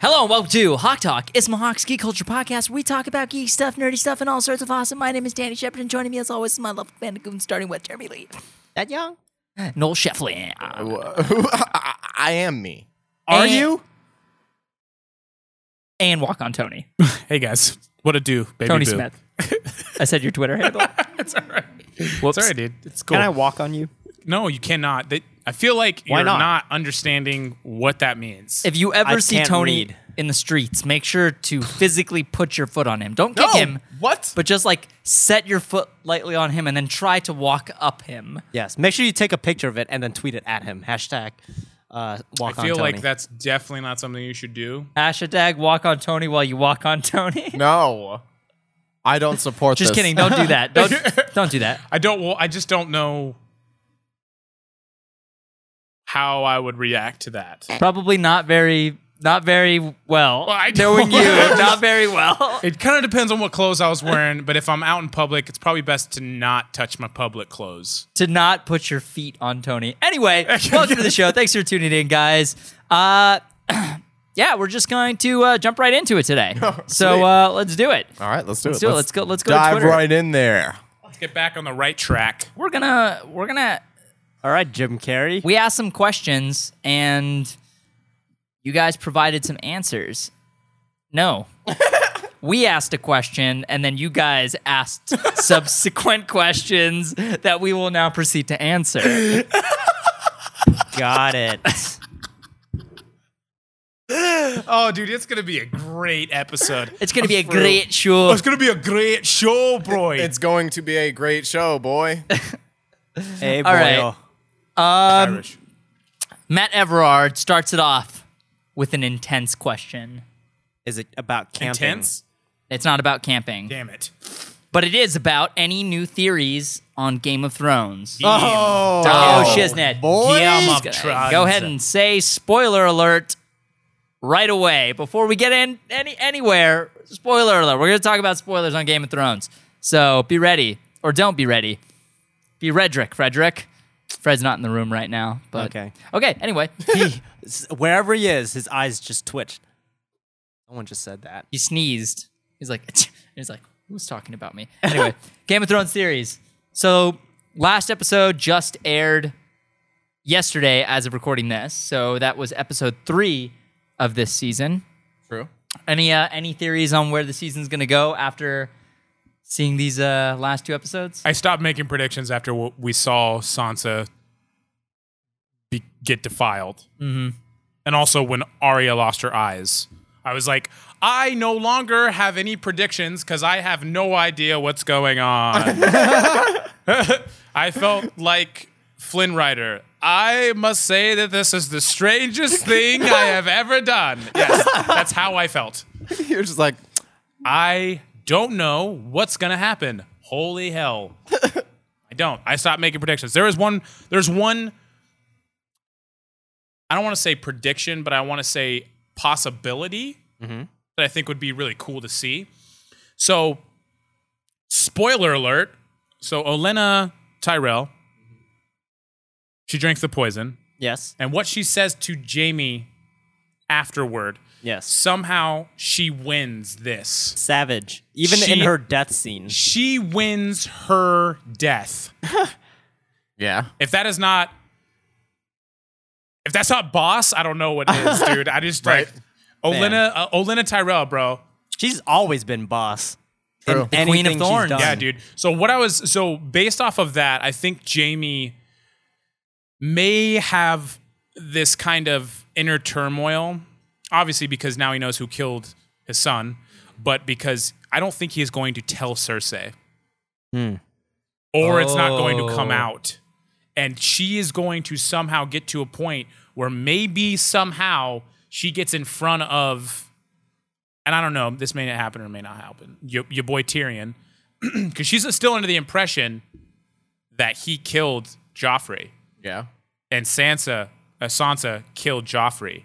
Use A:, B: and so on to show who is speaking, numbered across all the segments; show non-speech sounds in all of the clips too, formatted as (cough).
A: Hello and welcome to Hawk Talk. It's Mohawk's Geek Culture Podcast. Where we talk about geek stuff, nerdy stuff, and all sorts of awesome. My name is Danny Shepard, and joining me as always is my love Bandicoot, starting with Jeremy Lee,
B: That young?
A: (laughs) Noel Shefflin.
B: I I am me.
A: Are you? And walk on (laughs) Tony.
C: (laughs) Hey guys, what a do, baby
A: Tony
C: boo.
A: Smith. (laughs) I said your Twitter handle.
C: It's all right.
A: Whoops.
C: It's all right, dude. It's cool.
B: Can I walk on you?
C: no, you cannot. They, I feel like
B: Why
C: you're
B: not?
C: not? understanding what that means.
A: If you ever
B: I
A: see
B: can't
A: Tony
B: read.
A: in the streets, make sure to physically put your foot on him. Don't kick
C: No,
A: him.
C: what?
A: But just like set your foot lightly on him and then try to walk up him.
B: Yes. Make sure you take a picture of it and then tweet it at him. Hashtag uh,
C: I
B: walk on
C: feel
B: Tony.
C: like that's definitely not something you should do.
A: Hashtag walk on Tony while you walk on Tony. (laughs)
D: No, I don't support.
A: Just
D: this.
A: kidding. Don't do that. Don't don't do that.
C: I don't. Well, I just don't know how I would react to that.
A: Probably not very not very well.
C: I
A: knowing you,
C: don't- (laughs)
A: not very well.
C: It kind of depends on what clothes I was wearing, but if I'm out in public, it's probably best to not touch my public clothes.
A: to not put your feet on Tony. Anyway, welcome to the show. Thanks for tuning in, guys. Uh, (clears throat) yeah, we're just going to uh, jump right into it today. so
D: sweet.
A: uh, let's do it.
D: All right, let's do
A: Let's
D: it.
A: do it. Let's go- let's go to
D: Dive
A: Twitter.
D: right in there.
C: Let's get back on the
A: (laughs)
C: right track.
A: We're gonna we're gonna
B: All right, Jim Carrey.
A: we asked some questions and you guys provided some answers. No. we asked a question and then you guys asked subsequent questions that we will now proceed to answer.
B: Got
C: (laughs)
B: it.
C: Oh, dude, it's gonna be a great episode.
A: It's going to be a great show.
C: gonna be a great show, boy.
D: It's going to be a great show, boy.
B: (laughs) hey, boy.
A: All right.
C: Irish.
A: Matt Everard starts it off with an intense question.
B: Is it about camping?
C: Intense.
A: It's not about camping,
C: Damn it.
A: but it is about any new theories on Game of Thrones.
D: Oh,
A: Oh, shiznit.
D: boy.
C: Game of
A: Just gonna
C: Thrones.
A: Go ahead and say spoiler alert right away before we get in any anywhere. Spoiler alert. We're going to talk about spoilers on Game of Thrones. So be ready or don't be ready. Be Redrick, Frederick. Fred's not in the room right now, but
B: Okay.
A: Okay, anyway.
B: He, s- wherever he is, his eyes just twitched. Someone just said that.
A: he sneezed. He's like, (laughs) and he's like, who's talking about me?
C: (laughs)
A: Anyway, Game of Thrones theories. So last episode just aired yesterday as of recording this. So that was episode three of this season.
D: True.
A: Any uh, any theories on where the season's gonna go after seeing these uh, last two episodes?
C: I stopped making predictions after what we saw Sansa be- get defiled. Mm-hmm. And also when Arya lost her eyes. I was like, I no longer have any predictions because I have no idea what's going on. (laughs) I felt like Flynn Rider. I must say that this is the strangest thing I have ever done. Yes, that's how I felt.
D: (laughs) You're just like,
C: I don't know what's gonna happen. Holy hell. I don't. I stopped making predictions. There is one there's one I don't want to say prediction, but I want to say possibility that I think would be really cool to see. So spoiler alert. So Olena Tyrell, she drinks the poison.
B: Yes.
C: And what she says to Jamie afterward,
B: Yes.
C: somehow she wins this
B: Savage. Even
C: She-
B: in her death scene.
C: she wins her death.
D: (laughs) yeah.
C: If that is not, if that's not boss, I don't know what
D: (laughs)
C: is, dude. I just
D: Right.
C: like Olena, uh, Olena Tyrell, bro.
B: She's always been boss. in
A: The
D: True.
A: Queen of
B: anything she's
A: Thorns.
B: done.
C: Yeah, dude. So what I was so based off of that, I think Jamie may have this kind of inner turmoil, obviously because now he knows who killed his son, but because I don't think he is going to tell Cersei,
A: Hmm.
C: or it's not going to come
A: Oh.
C: out, and she is going to somehow get to a point where maybe somehow she gets in front of. And I don't know. This may not happen or may not happen. Your, your boy Tyrion, (clears throat) because she's still under the impression that he killed Joffrey
D: Yeah.
C: and Sansa, uh, Sansa killed Joffrey.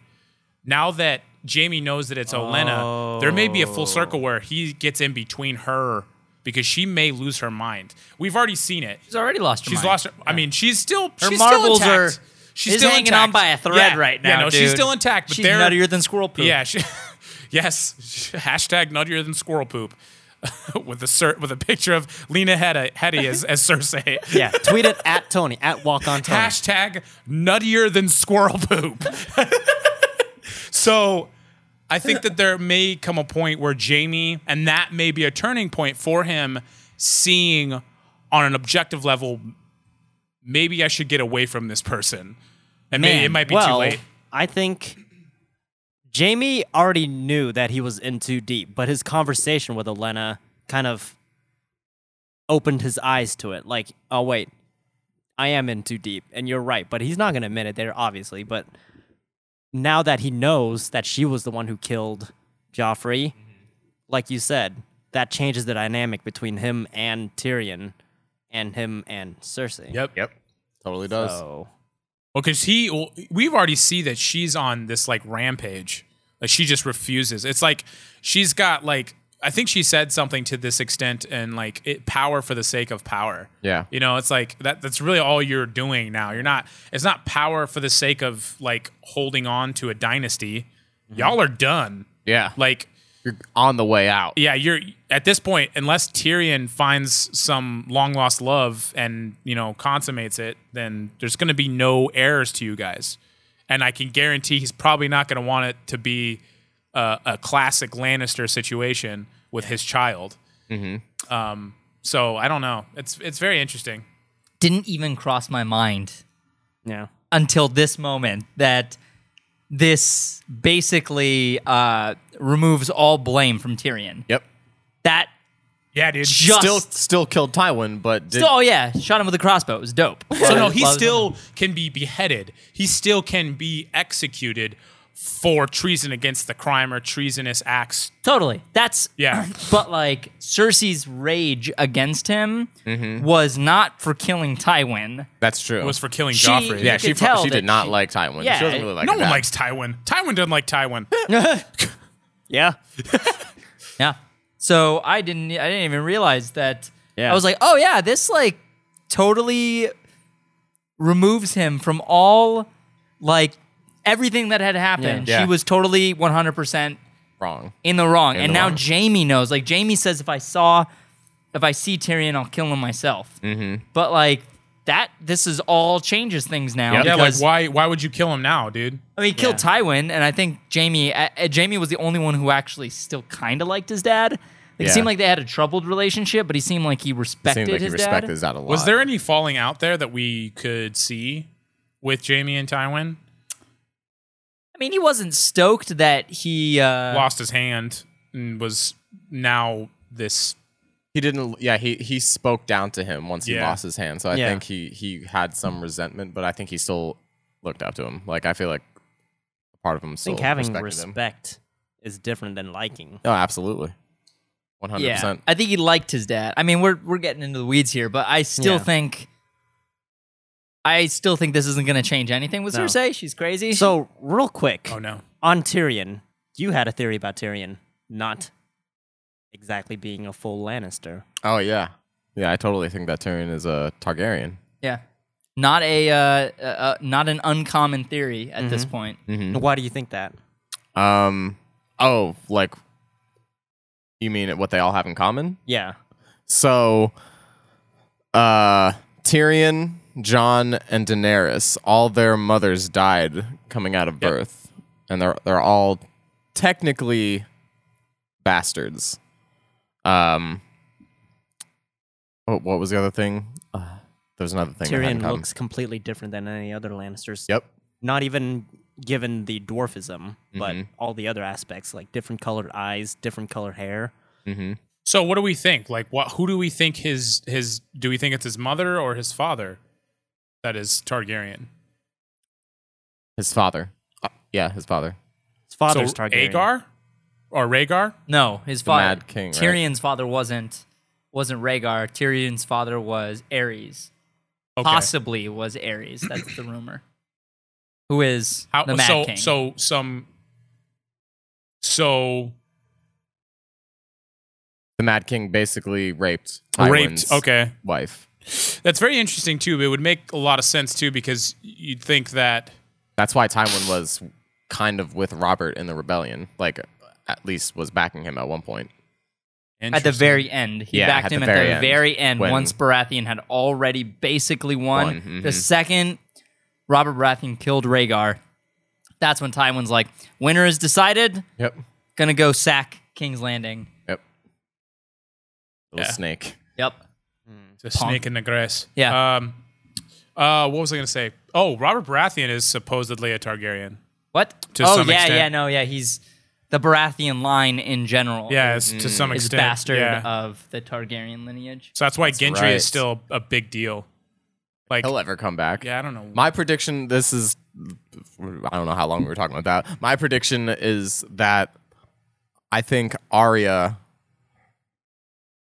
C: Now that Jamie knows that it's Olenna, there may be a full
A: Oh.
C: circle where he gets in between her because she may lose her mind. We've already seen it.
A: She's already lost her
C: She's
A: mind.
C: lost. Her, I mean, she's still.
A: Her
C: she's
A: marbles
C: still
A: are-
C: intact. she's
A: It's
C: still
A: hanging
C: intact.
A: on by a thread
C: Yeah.
A: right now.
C: Yeah, no, she's
A: dude.
C: still intact. But
A: she's
C: they're,
A: nuttier than squirrel poop.
C: Yeah. She, (laughs) yes. Hashtag nuttier than squirrel poop. (laughs) with a cer- with a picture of Lena Headey, Headey as, as Cersei.
B: (laughs) Yeah, tweet it at Tony at
A: (laughs)
B: Walk on Tony.
C: Hashtag nuttier than squirrel poop. (laughs) so I think that there may come a point where Jamie, and that may be a turning point for him, seeing on an objective level, maybe I should get away from this person. And maybe it might be
B: well,
C: too late.
B: I think Jamie already knew that he was in too deep, but his conversation with Elena kind of opened his eyes to it. Like, oh wait, I am in too deep, and you're right. But he's not going to admit it there, obviously. But now that he knows that she was the one who killed Joffrey, like you said, that changes the dynamic between him and Tyrion, and him and Cersei.
C: Yep.
D: Yep. Totally does.
B: So
C: Well, because he, well, we've already see that she's on this like rampage. Like she just refuses. It's like she's got like I think she said something to this extent and like it, power for the sake of power.
D: Yeah.
C: You know, it's like that. That's really all you're doing now. You're not. It's not power for the sake of like holding on to a dynasty. Y'all are done.
D: Mm-hmm. Yeah.
C: Like
D: You're on the way out.
C: yeah, you're at this point, unless Tyrion finds some long lost love and you know consummates it, then there's going to be no heirs to you guys. And I can guarantee he's probably not going to want it to be uh, a classic Lannister situation with his child. Mm-hmm. Um, so I don't know. It's it's very interesting.
A: Didn't even cross my mind
B: yeah.
A: until this moment that this basically uh, removes all blame from Tyrion.
D: Yep.
A: That
C: Yeah, dude.
A: just
D: Still, still killed Tywin, but did,
A: Still- oh yeah, shot him with a crossbow. It was dope.
C: (laughs) So no, he
A: Love-
C: still can be beheaded. He still can be executed for treason against the crime or treasonous acts.
A: totally. That's
C: Yeah.
A: (clears throat) But like Cersei's rage against him
C: Mm-hmm.
A: was not for killing Tywin.
D: that's true.
C: was for killing
A: She-
C: Joffrey.
D: yeah,
A: you
D: she
A: could
D: fu-
A: tell
D: she
A: that
D: did not
A: she-
D: like Tywin.
A: Yeah.
D: she doesn't really like
C: no
D: him
C: one
D: now.
C: likes Tywin. Tywin doesn't like Tywin.
B: Yeah.
A: Yeah. So I didn't I didn't even realize that
B: Yeah.
A: I was like, "Oh yeah, this like totally removes him from all like everything that had happened.
D: Yeah. Yeah.
A: She was totally 100%
D: wrong.
A: in the wrong.
D: In
A: and
D: the
A: now
D: wrong.
A: Jamie knows. Like Jamie says if I saw if I see Tyrion, I'll kill him myself. Mm-hmm. But like that this is all changes things now.
C: Yeah, like
A: because-
C: why? Why would you kill him now, dude?
A: I mean, he killed Tywin, and I think Jamie. Uh, uh, Jamie was the only one who actually still kind of liked his dad. Like, It
D: Yeah.
A: seemed like they had a troubled relationship, but he seemed like he respected
D: Seems like he
A: his
D: respected
A: dad.
D: his dad a lot.
C: Was there any falling out there that we could see with Jamie and Tywin?
A: I mean, he wasn't stoked that he. Uh,
C: Lost his hand and was now this.
D: He didn't. Yeah, he he spoke down to him once he
C: Yeah.
D: lost his hand. So I
B: Yeah.
D: think he he had some resentment, but I think he still looked up to him. Like I feel like part of him
B: I
D: still
B: think having
D: respected him.
B: respect is different than liking.
D: No, absolutely, one hundred
A: yeah,
D: percent.
A: I think he liked his dad. I mean, we're we're getting into the weeds here, but I still
B: Yeah.
A: think. I still think this isn't going to change anything with
B: No.
A: Cersei. She's crazy.
B: So, real quick
C: Oh no!
B: on Tyrion, you had a theory about Tyrion not exactly being a full Lannister.
D: Oh yeah, yeah. I totally think that Tyrion is a Targaryen.
A: yeah, not a uh, uh, uh, not an uncommon theory at
D: Mm-hmm.
A: this point.
B: Why do you think that?
D: Um. Oh, like you mean what they all have in common?
B: Yeah,
D: So, uh, Tyrion, John, and Daenerys, all their mothers died coming out of birth, and they're they're all technically bastards. Um, what, what was the other thing? Uh, there's another thing. they had in
B: Tyrion
D: common.
B: looks completely different than any other Lannisters.
D: Yep.
B: Not even given the dwarfism, but
D: Mm-hmm.
B: all the other aspects, like different colored eyes, different colored hair.
D: Mm-hmm.
C: So what do we think? Like, what? Who do we think his his? Do we think it's his mother or his father? That is Targaryen.
D: His father. Uh, yeah, his father.
B: His father's
C: so
B: Targaryen.
C: Agar or Rhaegar?
A: No, his father,
D: Mad King, right?
A: Tyrion's father wasn't wasn't Rhaegar. Tyrion's father was Ares.
C: Okay.
A: Possibly was Ares. That's the rumor. Who is
C: How,
A: the Mad
C: so,
A: King?
C: so some. So
D: The Mad King basically raped
C: raped.
D: Tywin's
C: Okay.
D: wife.
C: That's very interesting too. It would make a lot of sense too because you'd think that
D: That's why Tywin was kind of with Robert in the rebellion. Like, at least was backing him at one point.
A: at the very end. He
D: Yeah,
A: backed
D: at
A: him
D: the
A: at
D: very
A: the
D: end,
A: very end
D: when-
A: once Baratheon had already basically won.
D: Won, mhm.
A: The second Robert Baratheon killed Rhaegar, that's when Tywin's like, winner is decided,
D: Yep.
A: gonna go sack King's Landing.
D: Yep. Little
C: Yeah.
D: snake.
A: Yep.
C: It's a snake in the grass.
A: Yeah.
C: Um, uh, what was I going to say? Oh, Robert Baratheon is supposedly a Targaryen.
A: What?
C: To
A: oh
C: some
A: yeah,
C: extent.
A: yeah, no, yeah. He's the Baratheon line in general.
C: Yeah,
A: is,
C: it's, to some
A: is
C: extent.
A: bastard uh,
C: yeah.
A: of the Targaryen lineage.
C: so that's why Gendry
D: right.
C: is still a big deal. Like,
D: He'll ever come back.
C: yeah, I don't know.
D: My prediction this is I don't know how long we were talking about that. My prediction is that I think Arya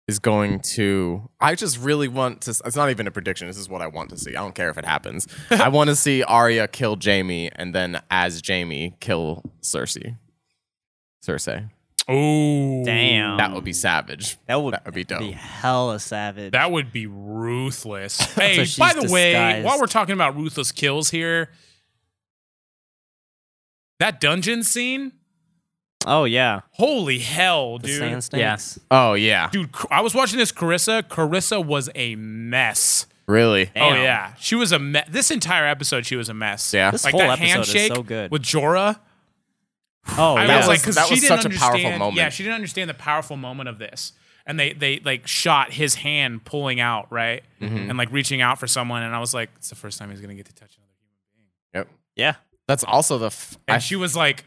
D: is going to I just really want to it's not even a prediction. This is what I want to see. I don't care if it happens. I want to see Arya kill Jamie and then as Jamie kill Cersei. Cersei.
C: oh,
B: Damn.
D: That would be savage.
B: Um, That would,
D: That would be dope.
B: be hella savage.
C: That would be ruthless. Hey,
B: she's
C: by the way,
B: disguised.
C: while we're talking about ruthless kills here, that dungeon scene,
B: oh yeah,
C: holy hell,
B: the
C: dude.
B: sand
A: Yeah.
B: snakes.
D: Oh yeah.
C: Dude, Ca- I was watching this Carissa. Carissa was a mess.
D: Really?
B: Damn.
C: Oh yeah, she was a mess. This entire episode, she was a mess.
D: Yeah.
B: This
C: like
B: whole
C: that
B: episode is
C: handshake
B: so good.
C: with Jorah.
B: Oh
C: I
B: yeah.
C: was like,
D: was-
C: because
D: that
C: she
D: was
C: didn't
D: such a
C: understand.
D: powerful moment.
C: Yeah, she didn't understand the powerful moment of this, and they they like shot his hand pulling out right,
D: Mm-hmm.
C: and like reaching out for someone, and I was like, it's the first time he's gonna get to touch another human being.
D: Yep.
B: yeah.
D: That's also the f-
C: And
D: I-
C: she was like,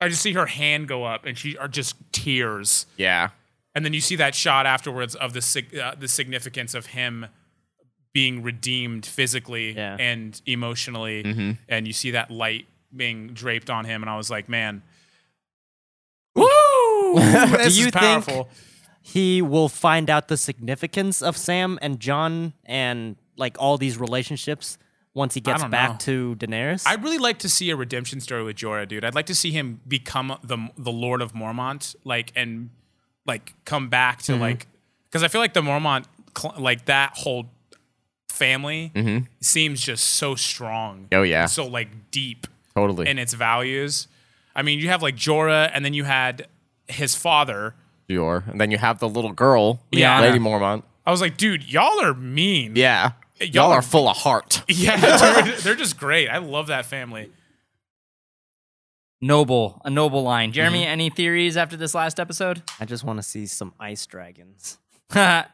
C: I just see her hand go up, and she are just tears.
D: yeah.
C: And then you see that shot afterwards of the sig- uh, the significance of him being redeemed physically
B: Yeah.
C: and emotionally, and you see that light being draped on him, and I was like, man, woo!
B: (laughs)
C: this
B: you
C: is
B: think-
C: powerful.
B: He will find out the significance of Sam and John and like all these relationships once he gets
C: don't
B: back
C: know.
B: to Daenerys.
C: I'd really like to see a redemption story with Jorah, dude. I'd like to see him become the the Lord of Mormont, like and like come back to like because I feel like the Mormont cl- like that whole family seems just so strong.
D: Oh, yeah.
C: so like deep
D: Totally.
C: in its values. I mean, you have like Jorah, and then you had his father.
D: Dior. And then you have the little girl,
C: Yeah.
D: Lady Mormont.
C: I was like, dude, y'all are mean.
D: Yeah. Y'all are full of heart.
C: (laughs) yeah, dude, they're just great. I love that family.
A: Noble, a noble line. Mm-hmm. Jeremy, any theories after this last episode? (laughs)
B: I just want to see some ice dragons.
A: the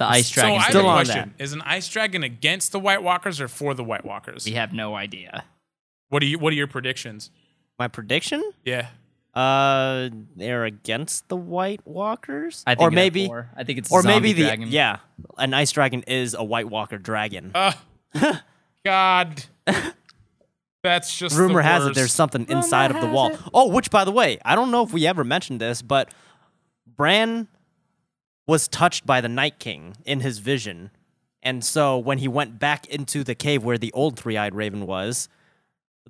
A: ice dragon.
C: So I
B: Still
C: have a
B: on
C: question: Is an ice dragon against the White Walkers or for the White Walkers?
A: We have no idea.
C: What are you? What are your predictions?
B: My prediction?
C: Yeah,
B: Uh, they're against the White Walkers,
A: I think
B: or
A: they're
B: maybe,
A: four. I think it's
B: or
A: zombie
B: maybe the
A: dragon.
B: yeah, an ice dragon is a White Walker dragon. (laughs)
C: God, that's just
B: Rumor
C: the
B: has it
C: worst.
B: there's something inside of the wall. Oh, which by the way, I don't know if we ever mentioned this, but Bran was touched by the Night King in his vision. And so when he went back into the cave where the old three-eyed raven was,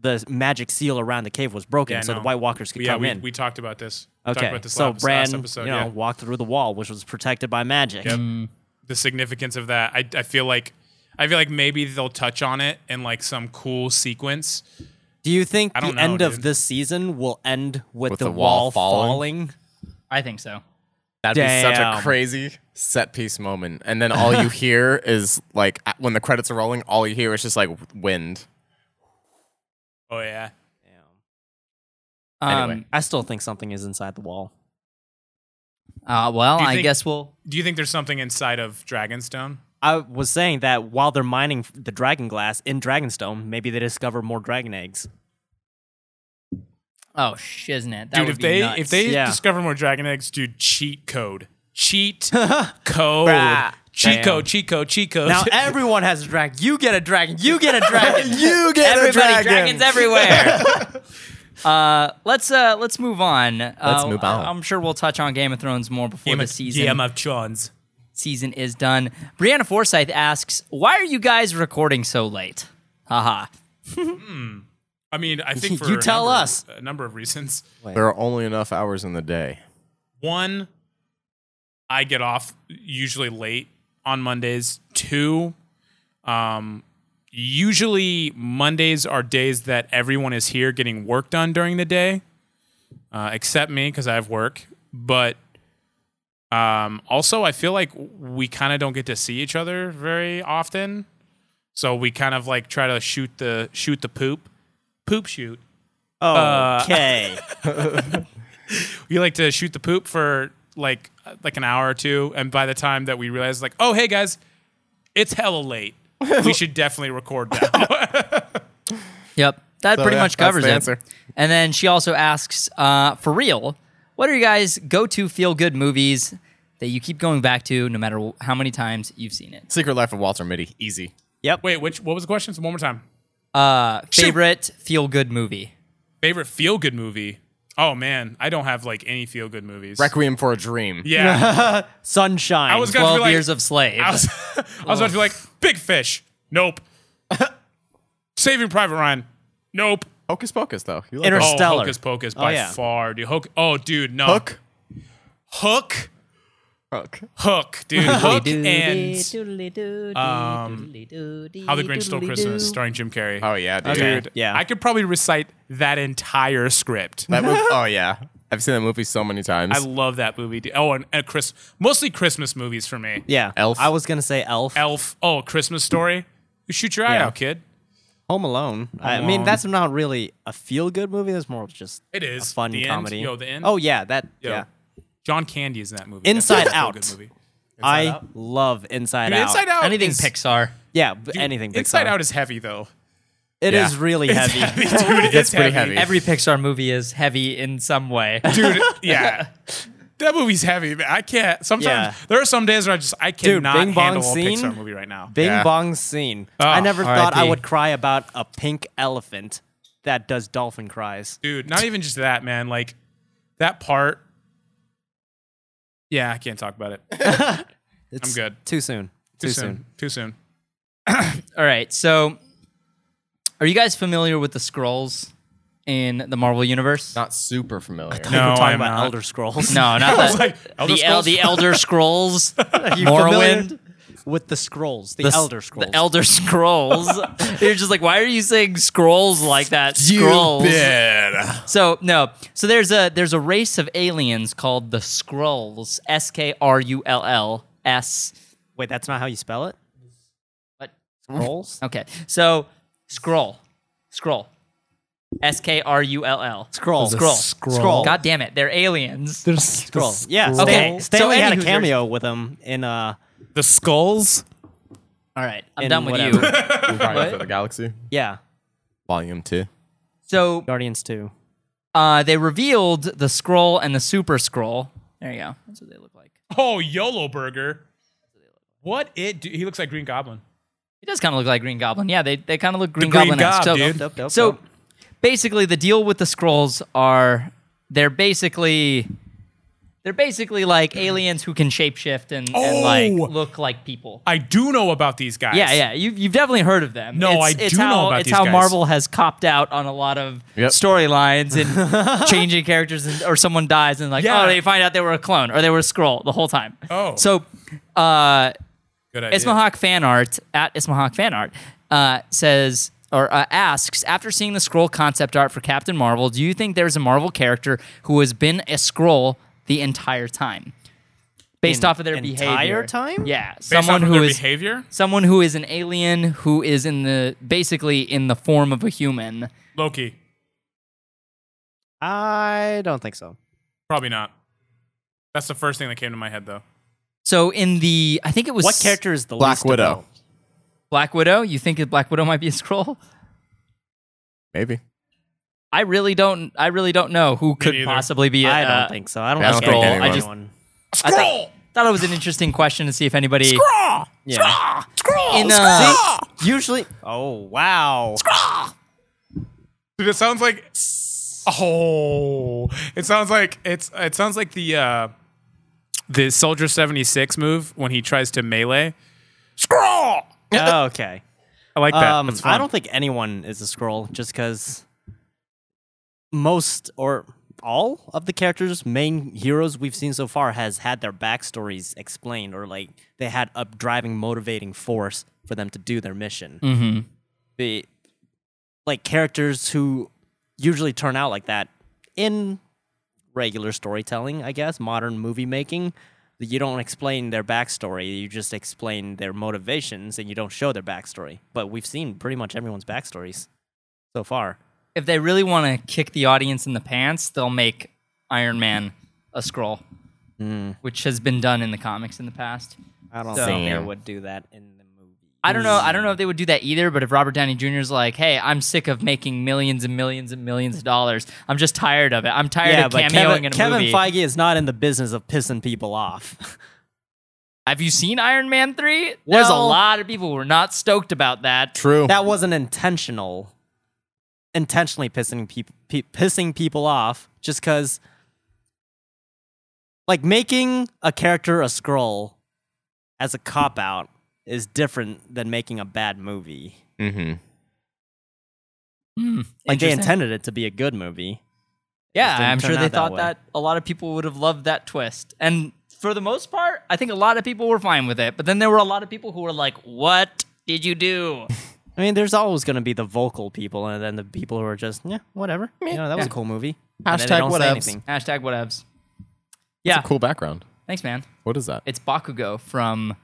B: the magic seal around the cave was broken,
C: Yeah,
B: so
C: no.
B: the White Walkers could
C: yeah,
B: come
C: we,
B: in.
C: we talked about this. We
B: okay,
C: talked about this
B: so
C: last,
B: Bran,
C: last episode.
B: you know,
C: yeah.
B: walked through the wall, which was protected by magic.
C: Yep. the significance of that. I, I feel like I feel like maybe they'll touch on it in like some cool sequence.
B: Do you think
C: I
B: the
C: don't know,
B: end of
C: dude.
B: this season will end with,
D: With
B: the,
D: the wall falling?
B: falling?
A: I think so.
D: That'd be such
B: Damn.
D: a crazy set piece moment. And then all (laughs) you hear is like a- when the credits are rolling, all you hear is just like wind.
C: Oh yeah,
A: Um,
D: Anyway.
B: I still think something is inside the wall.
A: uh, well,
C: Do you
A: I
C: think-
A: guess we'll.
C: do you think there's something inside of Dragonstone?
B: I was saying that while they're mining the dragon glass in Dragonstone, maybe they discover more dragon eggs.
A: Oh shiznit! That
C: Dude,
A: would
C: if
A: be
C: they
A: nuts.
C: if they
B: Yeah.
C: discover more dragon eggs, dude, cheat code, cheat code,
B: (laughs) Bruh.
C: cheat
B: Damn.
C: code, cheat code, cheat code. (laughs)
B: Now everyone has a dragon. You get a dragon. You get a dragon.
D: You get
A: everybody dragons
C: (laughs)
A: everywhere. uh, let's uh, let's move on.
D: Let's
A: Uh,
D: move on.
A: I'm sure we'll touch on Game of Thrones more before
C: Game
A: the
C: of-
A: season
C: Game of Thrones.
A: season is done. Brianna Forsyth asks, "Why are you guys recording so late?" Haha.
C: I mean,
B: (laughs)
C: I think for
B: You
C: a
B: tell
C: number-
B: us.
C: a number of reasons.
D: There are only enough hours in the day.
C: One, I get off usually late on Mondays. two. Um, usually Mondays are days that everyone is here getting work done during the day, uh, except me because I have work. But um, also, I feel like we kind of don't get to see each other very often, so we kind of like try to shoot the shoot the poop, poop shoot. Uh, (laughs)
B: Okay.
C: we like to shoot the poop for like like an hour or two and by the time that we realize like oh hey guys it's hella late we should definitely record now
A: Yep. That
D: So,
A: pretty
D: yeah,
A: much
D: that's the
A: covers it.
D: answer.
A: And then she also asks, uh, for real, what are you guys' go to feel good movies that you keep going back to no matter wh- how many times you've seen it?
D: Secret Life of Walter Mitty. Easy.
B: yep.
C: wait which what was the question So one more time
A: Uh, favorite feel good movie?
C: favorite feel good movie oh man i don't have like any feel good movies
D: Requiem for a Dream.
C: yeah
B: Sunshine.
C: i was gonna
A: 12
C: be like
A: Years of Slave.
C: i was, (laughs) I was about to be like big fish nope saving private ryan nope
D: Hocus Pocus, though. You like
B: Inter-
D: Hocus-
C: oh
B: Interstellar.
C: hocus pocus by
B: yeah.
C: far dude hook oh dude no
D: Hook?
C: hook
D: Hook.
C: hook dude hook and
A: um,
C: How the Grinch Stole Christmas, starring Jim Carrey.
D: Oh, yeah, dude.
C: Dude,
B: Yeah.
C: I could probably recite that entire script.
D: That movie, oh, yeah. I've seen that movie so many times.
C: I love that movie. dude. Oh, and, and Chris, mostly Christmas movies for me.
B: yeah.
D: Elf.
B: I was gonna say Elf.
C: Elf. Oh, Christmas Story. You shoot your eye
B: Yeah.
C: out, kid.
B: Home Alone. I
C: Home
B: mean,
C: Alone.
B: that's not really a feel good movie. That's more of just
C: It
B: a
C: is
B: fun
C: The end.
B: comedy.
C: Yo, the end.
B: Oh yeah, that
C: Yo,
B: yeah.
C: John Candy is in that movie.
B: Inside
C: That's a
B: Out.
C: Good movie.
B: I love Inside
C: Dude,
B: Out.
C: Inside Out.
A: Anything
C: is,
A: Pixar.
B: Yeah, b- anything.
C: Inside
B: Pixar.
C: Out is heavy though.
B: It
D: Yeah.
B: is really heavy.
C: (laughs) Dude, it's
D: pretty heavy.
A: Every Pixar movie is heavy in some way. (laughs)
B: (laughs)
C: Dude, yeah. That movie's heavy, man. I can't. Sometimes
B: Yeah.
C: there are some days where I just I cannot
B: Bing Bong
C: handle
B: Scene?
C: a Pixar movie right now.
B: Bing
D: Yeah.
B: Bong scene.
C: Oh,
B: I never thought I
A: RIP.
B: would cry about a pink elephant that does dolphin cries.
C: dude not even just that man like that part yeah i can't talk about it too,
B: It's
C: good.
B: Too soon. Too, soon.
C: too soon
A: All right. So, are you guys familiar with the scrolls in the Marvel universe?
D: Not super familiar.
B: We
C: No,
B: were
C: Oh, I
B: talking
C: am
B: about
C: not.
B: Elder Scrolls.
A: no, not
D: (laughs)
A: that.
C: like, Elder
A: the, El-
C: Scrolls?
A: the Elder
B: (laughs)
A: Scrolls, Morrowind,
B: Familiar (laughs) with the scrolls, the,
A: s-
B: Elder Scrolls.
A: The Elder Scrolls.
B: (laughs)
A: You're just like, why are you saying scrolls like that? Scrolls. So no. So there's a there's a race of aliens called the Skrulls. S K R U L L S.
B: Wait, that's not how you spell it.
A: What?
B: Scrolls.
A: Okay. So scroll, scroll. S K R U L L.
B: Scroll.
A: Scroll.
B: Scroll.
A: God damn it! They're aliens.
B: Scroll.
A: Scroll.
B: Yeah. Stan-
A: Okay,
B: Stanley
A: so
B: had a
A: anywho,
B: cameo with him in uh
C: the skulls
A: All right, I'm
B: in
A: done with
B: whatever.
A: you.
D: Guardians of the Galaxy.
B: yeah
D: Volume 2.
A: So
B: Guardians Two.
A: uh, they revealed the scroll and the super scroll. There you go. That's what they look like.
C: oh yolo burger what it do- he looks like green goblin
A: He does kind of look like Green Goblin. Yeah, they, they kind of look Green
C: Green
A: Goblin.
C: Gob,
A: so,
C: dude.
B: Dope, dope,
A: so
B: dope.
A: basically, the deal with the scrolls are they're basically they're basically like aliens who can shapeshift and, and like
C: Oh!
A: look like people.
C: i do know about these guys
A: Yeah, yeah. You, you've definitely heard of them.
C: No,
A: it's,
C: I
A: it's
C: do know
A: how,
C: about
A: It's
C: these
A: how
C: guys.
A: Marvel has copped out on a lot of
D: Yep.
A: storylines and changing characters, and, or someone dies and like,
C: Yeah.
A: oh, they find out they were a clone or they were a scroll the whole time.
C: Oh.
A: so uh,
C: good idea
A: Ismahawk fan art at Ismahawk fan art uh, says or uh, asks after seeing the scroll concept art for Captain Marvel, do you think there's a Marvel character who has been a scroll the entire time, based
B: In-
A: off of their
B: entire
A: behavior?
B: time?
A: yeah.
C: Based
A: someone
C: off of
A: who
C: their
A: is
C: behavior
A: someone who is an alien who is in the basically in the form of a human.
C: loki
B: I don't think so.
C: probably not that's the first thing that came to my head though
A: So in the I think it was
B: What character is the
D: Black
B: least
D: Widow.
B: developed?
A: Black Widow. You think that Black Widow might be a scroll?
D: Maybe.
A: I really don't. I really don't know who could
C: neither.
A: possibly be. I
B: I don't think so. I don't,
D: I don't
B: think,
D: think
B: anyone.
D: anyone.
A: I thought, thought it was an interesting question to see if anybody.
C: Ah!
B: yeah.
A: In, uh,
B: See, usually. Oh wow.
C: Dude, it sounds like oh, it sounds like it's it sounds like the uh, the Soldier seventy six move when he tries to melee. Scroll.
B: Oh, okay.
C: I like that.
B: Um,
C: That's fun.
B: I don't think anyone is a scroll just because most or all of the characters, main heroes we've seen so far, has had their backstories explained or like they had a driving, motivating force for them to do their mission.
A: Mm-hmm.
B: Be like characters who usually turn out like that in regular storytelling, I guess, modern movie making. that You don't explain their backstory, you just explain their motivations and you don't show their backstory. But we've seen pretty much everyone's backstories so far.
A: If they really want to kick the audience in the pants, they'll make Iron Man a scroll,
B: Hmm.
A: which has been done in the comics in the past.
B: I don't
A: So-
B: think they
D: Same.
B: would do that in the movie.
A: I don't know. I don't know if they would do that either. But if Robert Downey Jr. is like, "Hey, I'm sick of making millions and millions and millions of dollars. I'm just tired of it. I'm tired
B: Yeah,
A: of
B: but
A: cameoing
B: Kevin,
A: in a
B: Kevin
A: movie."
B: Feige is not in the business of pissing people off. (laughs)
A: Have you seen Iron Man three?
B: No.
A: There's a lot of people who are not stoked about that.
D: True.
B: that wasn't intentional. Intentionally pissing people pe- pissing people off just because, like, making a character a scroll as a cop out is different than making a bad movie.
D: mm-hmm.
A: Hmm,
B: Like they
A: interesting.
B: intended it to be a good movie.
A: Yeah,
B: It didn't
A: I'm
B: turn
A: sure
B: out
A: they
B: that
A: thought
B: way.
A: that a lot of people would have loved that twist. And for the most part, I think a lot of people were fine with it. But then there were a lot of people who were like, "What did you do?"
B: I mean, there's always going to be the vocal people, and then the people who are just yeah, whatever. You know, that was a cool movie. And then they
D: Hashtag
B: don't say
D: whatevs.
B: anything.
A: Hashtag whatevs. Yeah,
D: Cool background.
A: thanks, man.
D: What is that?
A: It's Bakugo from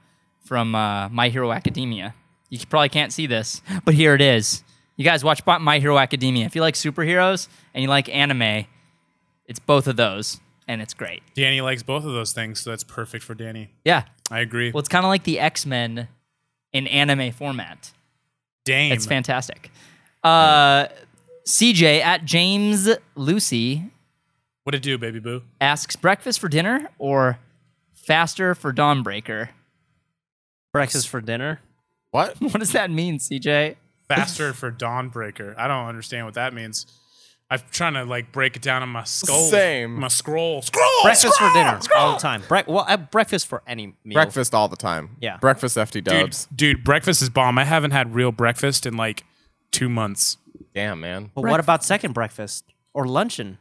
A: from uh, My Hero Academia. You c- probably can't see this, but here it is. You guys watch Ba- My Hero Academia. If you like superheroes and you like anime, it's both of those, and it's great.
C: Danny likes both of those things, so that's perfect for Danny.
A: Yeah,
C: I agree.
A: well, it's kind of like the X Men in anime format.
C: Dame.
A: It's fantastic. Uh, CJ at James Lucy
C: What it do, baby boo?
A: asks breakfast for dinner or faster for dawnbreaker.
B: Breakfast for dinner.
D: What?
A: (laughs) What does that mean, CJ?
C: (laughs) Faster for Dawnbreaker. I don't understand what that means. I'm trying to like break it down in my skull.
D: Same.
C: My scroll. Scroll.
B: Breakfast for dinner
C: scroll.
B: all the time. Bre- well, I have breakfast for any meal.
D: Breakfast all the time.
B: Yeah.
D: Breakfast FT
C: Dude,
D: dubs.
C: dude, breakfast is bomb. I haven't had real breakfast in like two months.
D: Damn, man.
B: But what about second breakfast or luncheon?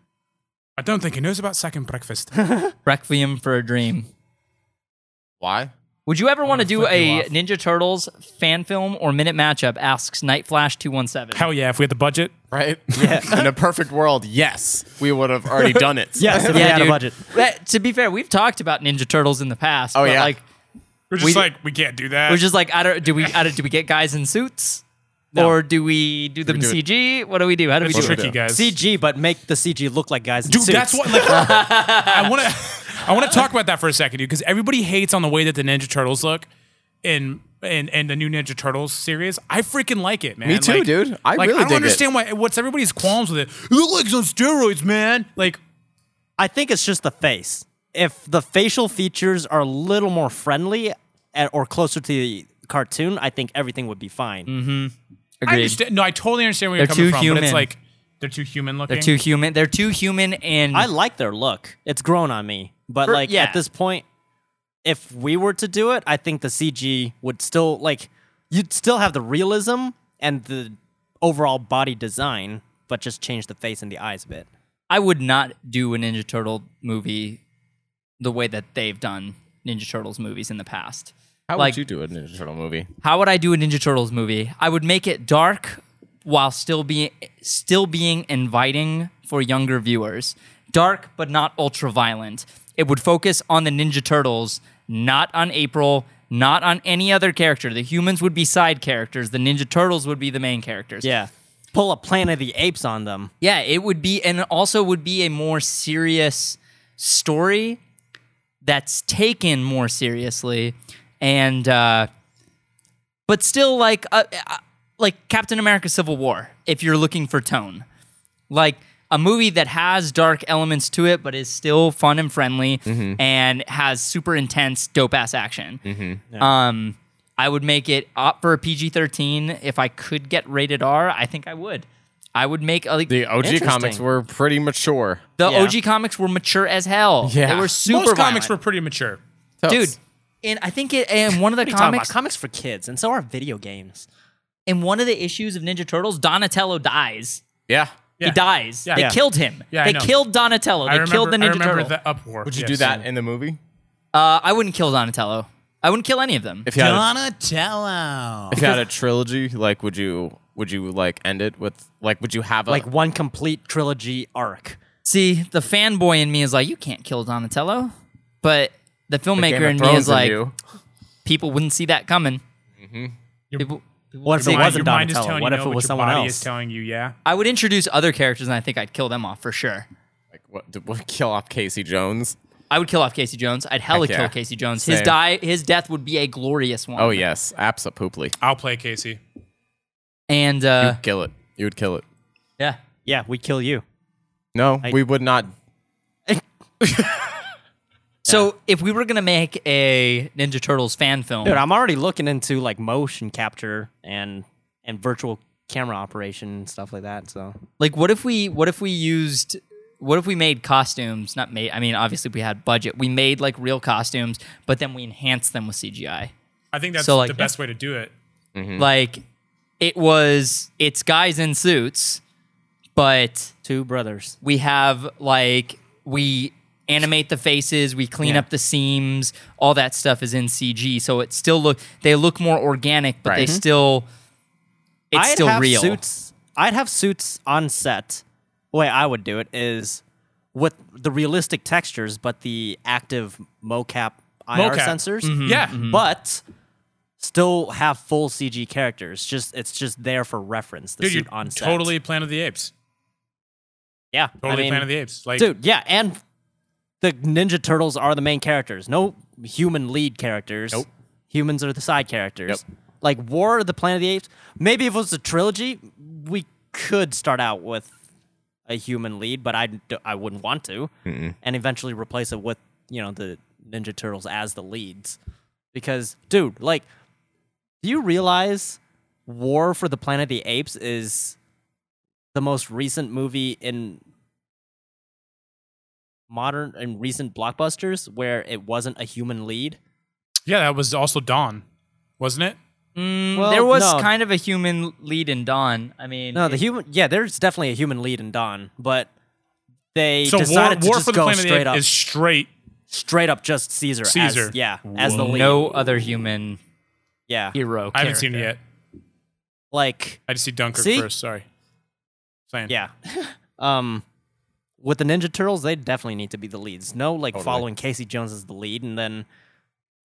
C: I don't think he knows about second
D: (laughs)
C: breakfast.
A: Requiem for a dream.
D: Why?
A: Would you ever want to do
C: flip you
A: a
C: off.
A: Ninja Turtles fan film or minute matchup? Asks Night Flash two one seven.
C: Hell yeah, if we had the budget.
D: Right? Yeah. In a perfect world, yes, we would have already done it.
B: Yes, if we
A: Yeah,
B: had
A: dude.
B: a budget.
A: That- to be fair, we've talked about Ninja Turtles in the past.
D: Oh,
A: but,
D: yeah.
A: like
C: We're just
A: We-
C: like, we can't do that.
A: we're just like I don't do we I don't, do we get guys in suits or do we do them
D: do it-
A: CG? What do we do? How do we
C: it's
A: do it?
D: What do
C: tricky,
D: we do?
C: guys.
B: CG, but make the CG look like guys in
C: Dude,
B: suits.
C: that's what like, I want to. I want to talk about that for a second, dude, because everybody hates on the way that the Ninja Turtles look in in and the new Ninja Turtles series. I freaking like it, man.
D: Me too,
C: Like-
D: dude. I
C: like,
D: really
C: I don't
D: dig it.
C: understand why what's everybody's qualms with it. It looks like it's on steroids, man. Like
B: I think it's just the face. If the facial features are a little more friendly and, or closer to the cartoon, I think everything would be fine.
A: Mm-hmm.
C: I understand. No, I totally understand where you're
A: They're
C: coming
A: too
C: from, but
A: human.
C: it's like they're too human looking.
A: They're too human. They're too human and
B: I like their look. It's grown on me. But
A: For-
B: like
A: yeah.
B: at this point, if we were to do it, I think the CG would still like you'd still have the realism and the overall body design, but just change the face and the eyes a bit.
A: I would not do a Ninja Turtle movie the way that they've done Ninja Turtles movies in the past.
D: How
A: Like-
D: would you do a Ninja Turtle movie?
A: How would I do a Ninja Turtles movie? I would make it dark while still being still being inviting for younger viewers. Dark but not ultra violent. It would focus on the Ninja Turtles, not on April, not on any other character. The humans would be side characters. The Ninja Turtles would be the main characters.
B: Yeah. Pull a Planet of the Apes on them.
A: Yeah, it would be, and also would be a more serious story that's taken more seriously, and uh, but still like uh, uh, like Captain America: Civil War. If you're looking for tone, like a movie that has dark elements to it, but is still fun and friendly, and has super intense, dope ass action. Um, I would make it opt for a PG thirteen if I could get rated R. I think I would. I would make a,
D: The OG
B: Interesting.
D: comics were pretty mature.
A: the
B: Yeah.
A: OG comics were mature as hell.
D: Yeah.
A: they were
D: Most
A: super.
C: Most comics were
A: violent.
C: pretty mature.
A: dude. And I think it, in one of the
B: What are you talking about?
A: comics,
B: comics for kids, and so are video games.
A: in one of the issues of Ninja Turtles, Donatello dies.
D: Yeah.
A: He
C: Yeah.
A: dies.
C: Yeah.
A: They
C: Yeah.
A: killed him.
C: Yeah, I
A: they
C: know.
A: killed Donatello. They
C: I remember,
A: killed the
C: I
A: Ninja
C: remember
A: Turtle.
C: the uproar.
D: Would you
C: Yes.
D: do that in the movie?
A: uh, I wouldn't kill Donatello. I wouldn't kill any of them.
D: If you had a,
E: Donatello.
D: if you had a trilogy, like would you would you like end it with like would you have a
B: like one complete trilogy arc.
A: See, the fanboy in me is like, you can't kill Donatello. But the
D: Game
A: filmmaker
D: of
A: in me
D: Thrones Mm-hmm.
A: is like,
D: review?
A: people wouldn't see that coming. People,
B: What if
C: Your
B: it
C: mind-
B: wasn't
C: your mind is
B: Donatello?
C: telling
B: What
C: you
B: if
C: no,
B: it
C: but
B: was
C: your
B: someone
C: body
B: else?
C: Is telling you, yeah.
A: I would introduce other characters, and I think I'd kill them off for sure.
D: like what, did we kill off Casey Jones?
A: I would kill off Casey Jones. I'd hella
D: Heck yeah.
A: kill Casey Jones. His
D: Same.
A: die, his death would be a glorious one.
D: Oh yes, absolutely.
C: I'll play Casey.
A: and uh,
D: kill it. You would kill it.
A: yeah,
B: Yeah, we kill you.
D: No, we would not.
A: So if we were gonna make a Ninja Turtles fan film,
B: Dude, I'm already looking into like motion capture and and virtual camera operation and stuff like that. So
A: like what if we what if we used what if we made costumes? Not made. I mean, obviously we had budget. We made like real costumes, but then we enhanced them with CGI.
C: I think that's
A: So, like,
C: the best way to do it.
A: Like it was, it's guys in suits, but
B: two brothers.
A: we have like we animate the faces we clean
B: Yeah.
A: up the seams all that stuff is in cg so it still look they look more organic but they
D: Right. Mhm.
A: still it's
B: I'd
A: still
B: have
A: real
B: Suits, I'd have suits on set. The way I would do it is with the realistic textures, but the active mocap IR
C: Mocap. Mm-hmm.
B: sensors.
C: Yeah.
B: But still have full CG characters. Just it's just there for reference. The
C: Dude,
B: suit
C: you're
B: on set.
C: totally Planet of the Apes.
B: yeah. I
C: Totally
B: mean,
C: Planet of the Apes. Like,
B: dude yeah and the ninja turtles are the main characters no human lead characters
C: Nope.
B: humans are the side characters
D: Yep.
B: like war of the planet of the apes maybe if it was a trilogy we could start out with a human lead but i, d- I wouldn't want to and eventually replace it with you know the ninja turtles as the leads because dude like do you realize war for the planet of the apes is the most recent movie in modern and recent blockbusters where it wasn't a human lead.
C: yeah, that was also Dawn, wasn't it?
A: Mm,
B: Well,
A: there was
B: no.
A: kind of a human lead in dawn i mean
B: No, the
A: it-
B: human. Yeah, there's definitely a human lead in Dawn, but they
C: So War,
B: decided to
C: War
B: just
C: for the
B: go
C: Planet of the
B: straight
C: Apes
B: up,
C: is straight.
B: straight up just Caesar. as-
C: Caesar.
B: yeah, as the lead.
A: no other human
B: yeah,
A: hero
C: I haven't seen it
A: character.
C: yet.
B: like
C: I just see Dunkirk
B: See?
C: first. Sorry. Saying.
B: yeah. um, with the Ninja Turtles, they definitely need to be the leads. No, like following Casey Jones as the lead, and then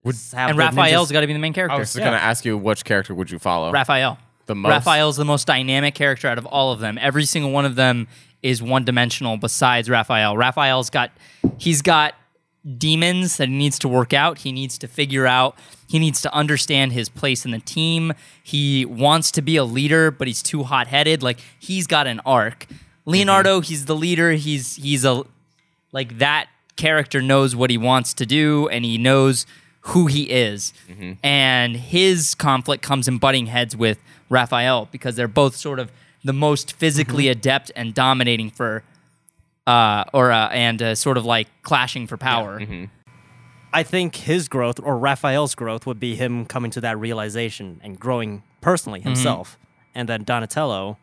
B: would have
A: and
B: the
A: raphael's
B: ninjas-
A: got to be the main
D: I
A: character
D: was just gonna ask you which character would you follow?
A: raphael
D: the most.
A: raphael's the most dynamic character out of all of them every single one of them is one dimensional besides raphael raphael's got he's got demons that he needs to work out he needs to figure out he needs to understand his place in the team he wants to be a leader but he's too hot-headed like he's got an arc
D: Mm-hmm.
A: leonardo he's the leader he's he's a like that character knows what he wants to do and he knows who he is and his conflict comes in butting heads with raphael because they're both sort of the most physically adept and dominating for uh or uh, and uh, sort of like clashing for power
B: I think his growth or Raphael's growth would be him coming to that realization and growing personally himself. And then Donatello,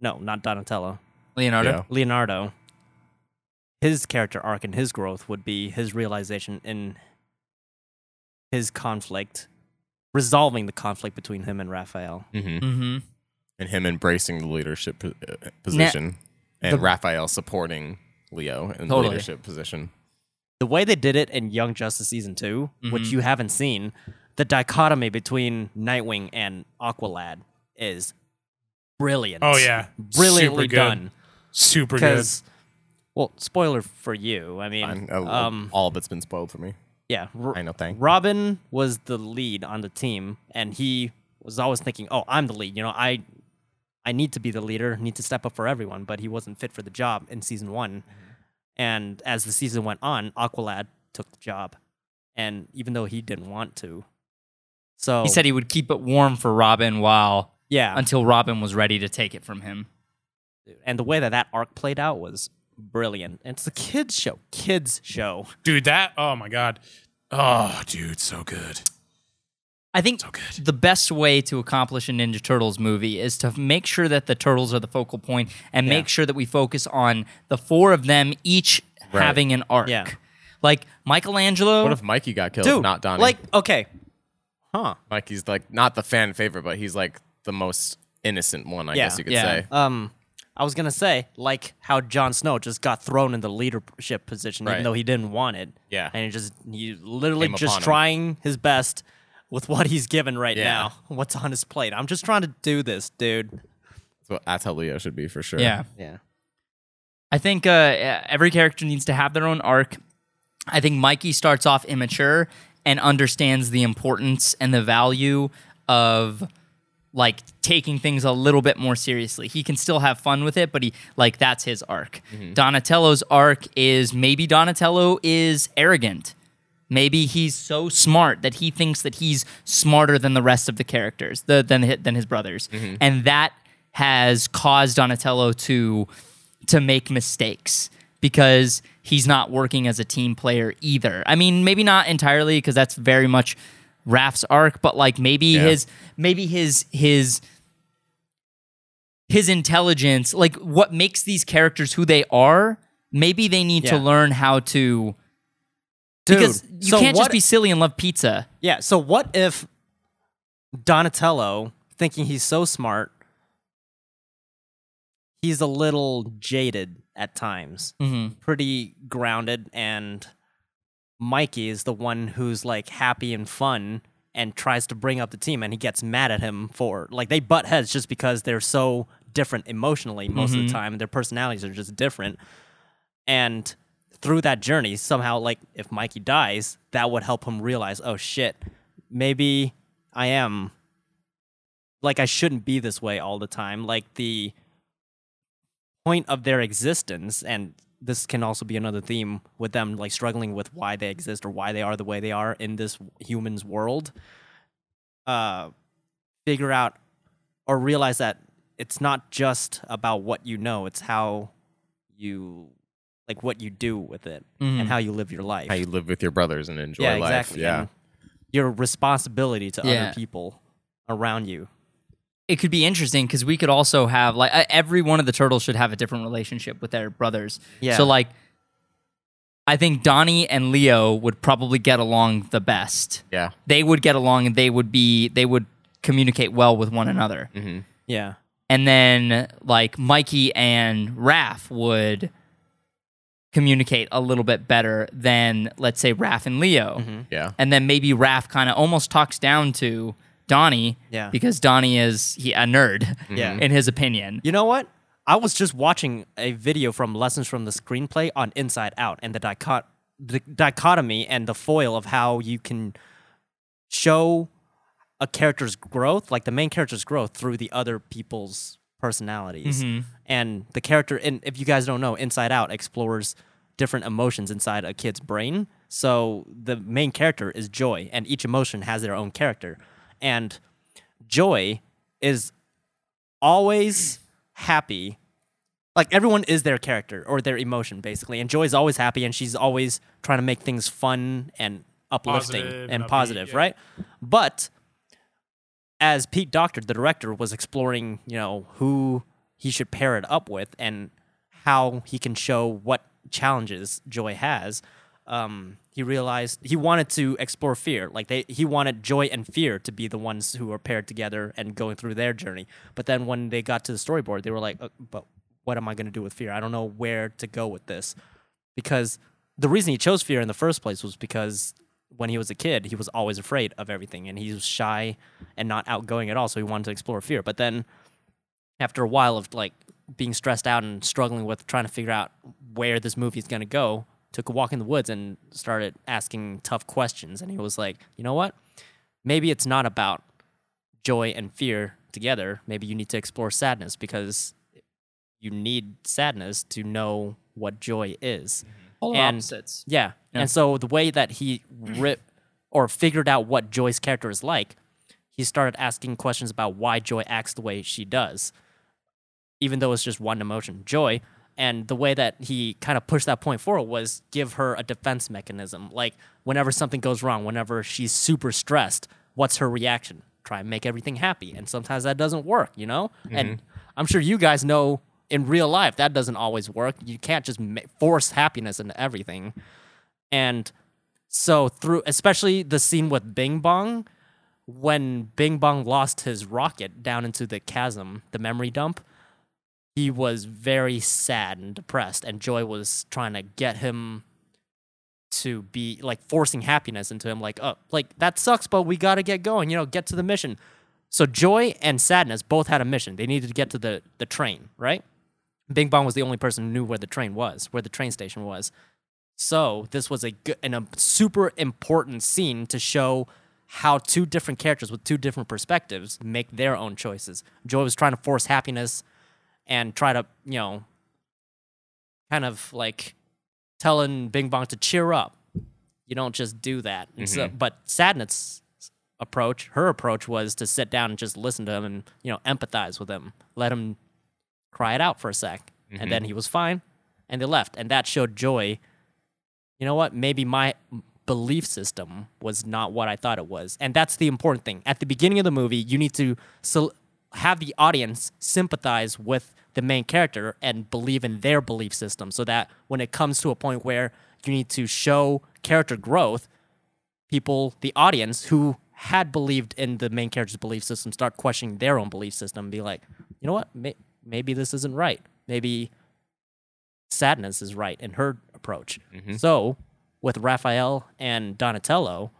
B: no, not Donatello,
A: leonardo
D: Yeah.
B: Leonardo, his character arc and his growth would be his realization in his conflict, resolving the conflict between him and Raphael.
A: Mm-hmm.
D: and him embracing the leadership po- uh, position, and Raphael supporting Leo in
A: Totally.
D: the leadership position.
B: the way they did it in Young Justice season 2 which
C: Mhm.
B: you haven't seen, the dichotomy between Nightwing and Aqualad is brilliant.
C: Oh, yeah.
B: brilliantly
C: Super good.
B: done.
C: Super good.
B: Because, well, spoiler for you. I mean,
D: Fine. Uh,
B: um,
D: all of it's been spoiled for me.
B: yeah, R-
D: I know, thank-
B: Robin was the lead on the team, and he was always thinking, "Oh, I'm the lead. You know, I, I need to be the leader. Need to step up for everyone." But he wasn't fit for the job in season one. And as the season went on, Aqualad took the job, and even though he didn't want to, so
A: he said he would keep it warm for robin while
B: Oh. "Yeah."
A: until robin was ready to take it from him
B: and the way that that arc played out was brilliant. And it's a kids show, kids show.
C: Dude, that. Oh, my God. Oh, dude, so good.
A: I think the best way to accomplish a Ninja Turtles movie is to make sure that the turtles are the focal point and make sure that we focus on the four of them each
D: Right.
A: having an arc.
B: Yeah.
A: Like Michelangelo.
D: What if Mikey got killed?
B: Dude,
D: not Donnie.
B: Like, okay. Huh.
D: Mikey's like not the fan favorite, but he's like the most innocent one, I
B: Yeah.
D: guess you could
A: Yeah.
D: say.
B: Um, I was gonna say like how Jon Snow just got thrown in the leadership position
D: Right.
B: even though he didn't want it.
D: Yeah.
B: and he just he literally
D: Came upon
B: just
D: him.
B: trying his best with what he's given right
D: Yeah.
B: now. (laughs) What's on his plate? I'm just trying to do this, dude.
D: So that's how Leo should be for sure.
A: yeah.
B: Yeah.
A: I think uh, every character needs to have their own arc. I think Mikey starts off immature and understands the importance and the value of like taking things a little bit more seriously. He can still have fun with it, but he like that's his arc. Donatello's arc is maybe Donatello is arrogant. Maybe he's so smart that he thinks that he's smarter than the rest of the characters, the, than hi- than his brothers, and that has caused Donatello to to make mistakes because he's not working as a team player either. I mean, maybe not entirely because that's very much Raph's arc, but like maybe his maybe his his his intelligence, like what makes these characters who they are, maybe they need to
B: Yeah.
A: learn how to because
B: Dude,
A: you
B: so
A: can't just
B: what-
A: be silly and love pizza.
B: Yeah. So what if Donatello, thinking he's so smart, he's a little jaded at times,
A: Mhm.
B: pretty grounded, and Mikey is the one who's like happy and fun and tries to bring up the team, and he gets mad at him for like they butt heads just because they're so different emotionally most of the time. Their personalities are just different and through that journey somehow like if mikey dies that would help him realize oh shit maybe i am like i shouldn't be this way all the time like the point of their existence and this can also be another theme with them like struggling with why they exist or why they are the way they are in this human's world uh figure out or realize that it's not just about what you know it's how you like what you do with it and how you live your life
D: Mm-hmm. How you live with your brothers and enjoy
B: yeah
D: life.
B: exactly
D: Yeah.
B: and your responsibility to
A: Yeah.
B: other people around you
A: it could be interesting because we could also have like uh, every one of the turtles should have a different relationship with their brothers.
B: Yeah.
A: So like, I think Donnie and Leo would probably get along the best.
D: yeah.
A: They would get along and they would be they would communicate well with one another.
B: Mm-hmm. yeah
A: And then like Mikey and Raph would communicate a little bit better than let's say Raph and Leo.
B: Mm-hmm.
D: Yeah.
A: And then maybe Raph kind of almost talks down to Donnie
B: Yeah.
A: because Donnie is he, a nerd
B: (laughs) Yeah.
A: in his opinion.
B: you know what i was just watching a video from lessons from the screenplay on inside out and the, dichot- the dichotomy and the foil of how you can show a character's growth, like the main character's growth, through the other people's personalities.
C: Mm-hmm.
B: And the character, and if you guys don't know, Inside Out explores different emotions inside a kid's brain. So the main character is joy, and each emotion has their own character. And joy is always happy. Like everyone is their character or their emotion, basically. And Joy's always happy, and she's always trying to make things fun and uplifting
C: Positive,
B: and
C: upbeat,
B: positive,
C: yeah.
B: right? But as Pete Doctor, the director, was exploring, you know, who he should pair it up with and how he can show what challenges Joy has, um, he realized he wanted to explore fear. Like they, he wanted Joy and Fear to be the ones who are paired together and going through their journey. But then when they got to the storyboard, they were like, uh, "But what am I going to do with Fear? I don't know where to go with this." because the reason he chose fear in the first place was because when he was a kid, he was always afraid of everything and he was shy and not outgoing at all. So he wanted to explore fear. But then after a while of like being stressed out and struggling with trying to figure out where this movie's going to go, took a walk in the woods and started asking tough questions. And he was like, you know what? Maybe it's not about joy and fear together. Maybe you need to explore sadness because you need sadness to know what joy is.
A: Polar
B: And-
A: opposites.
B: Yeah. And so the way that he rip or figured out what Joy's character is like, he started asking questions about why Joy acts the way she does, even though it's just one emotion, joy. And the way that he kind of pushed that point forward was give her a defense mechanism. Like whenever something goes wrong, whenever she's super stressed, what's her reaction? Try and make everything happy. And sometimes that doesn't work, you know? And I'm sure you guys know in real life that doesn't always work. You can't just ma- force happiness into everything. And so through especially the scene with Bing Bong when Bing Bong lost his rocket down into the chasm, the memory dump, he was very sad and depressed and Joy was trying to get him to be like forcing happiness into him like oh like that sucks but we got to get going you know get to the mission so joy and sadness both had a mission they needed to get to the the train right bing bong was the only person who knew where the train was where the train station was so this was a good and a super important scene to show how two different characters with two different perspectives make their own choices joy was trying to force happiness and try to you know kind of like telling Bing Bong to cheer up. You don't just do that. And so, but Sadness' approach, her approach was to sit down and just listen to him and you know empathize with him, let him cry it out for a 2nd and then he was fine, and they left, and that showed joy. You know what? Maybe my belief system was not what I thought it was, and that's the important thing. At the beginning of the movie, you need to sol- have the audience sympathize with the main character and believe in their belief system, so that when it comes to a point where you need to show character growth, people, the audience who had believed in the main character's belief system, start questioning their own belief system and be like, you know what? May- Maybe this isn't right. Maybe sadness is right in her approach. So, with Raphael and Donatello,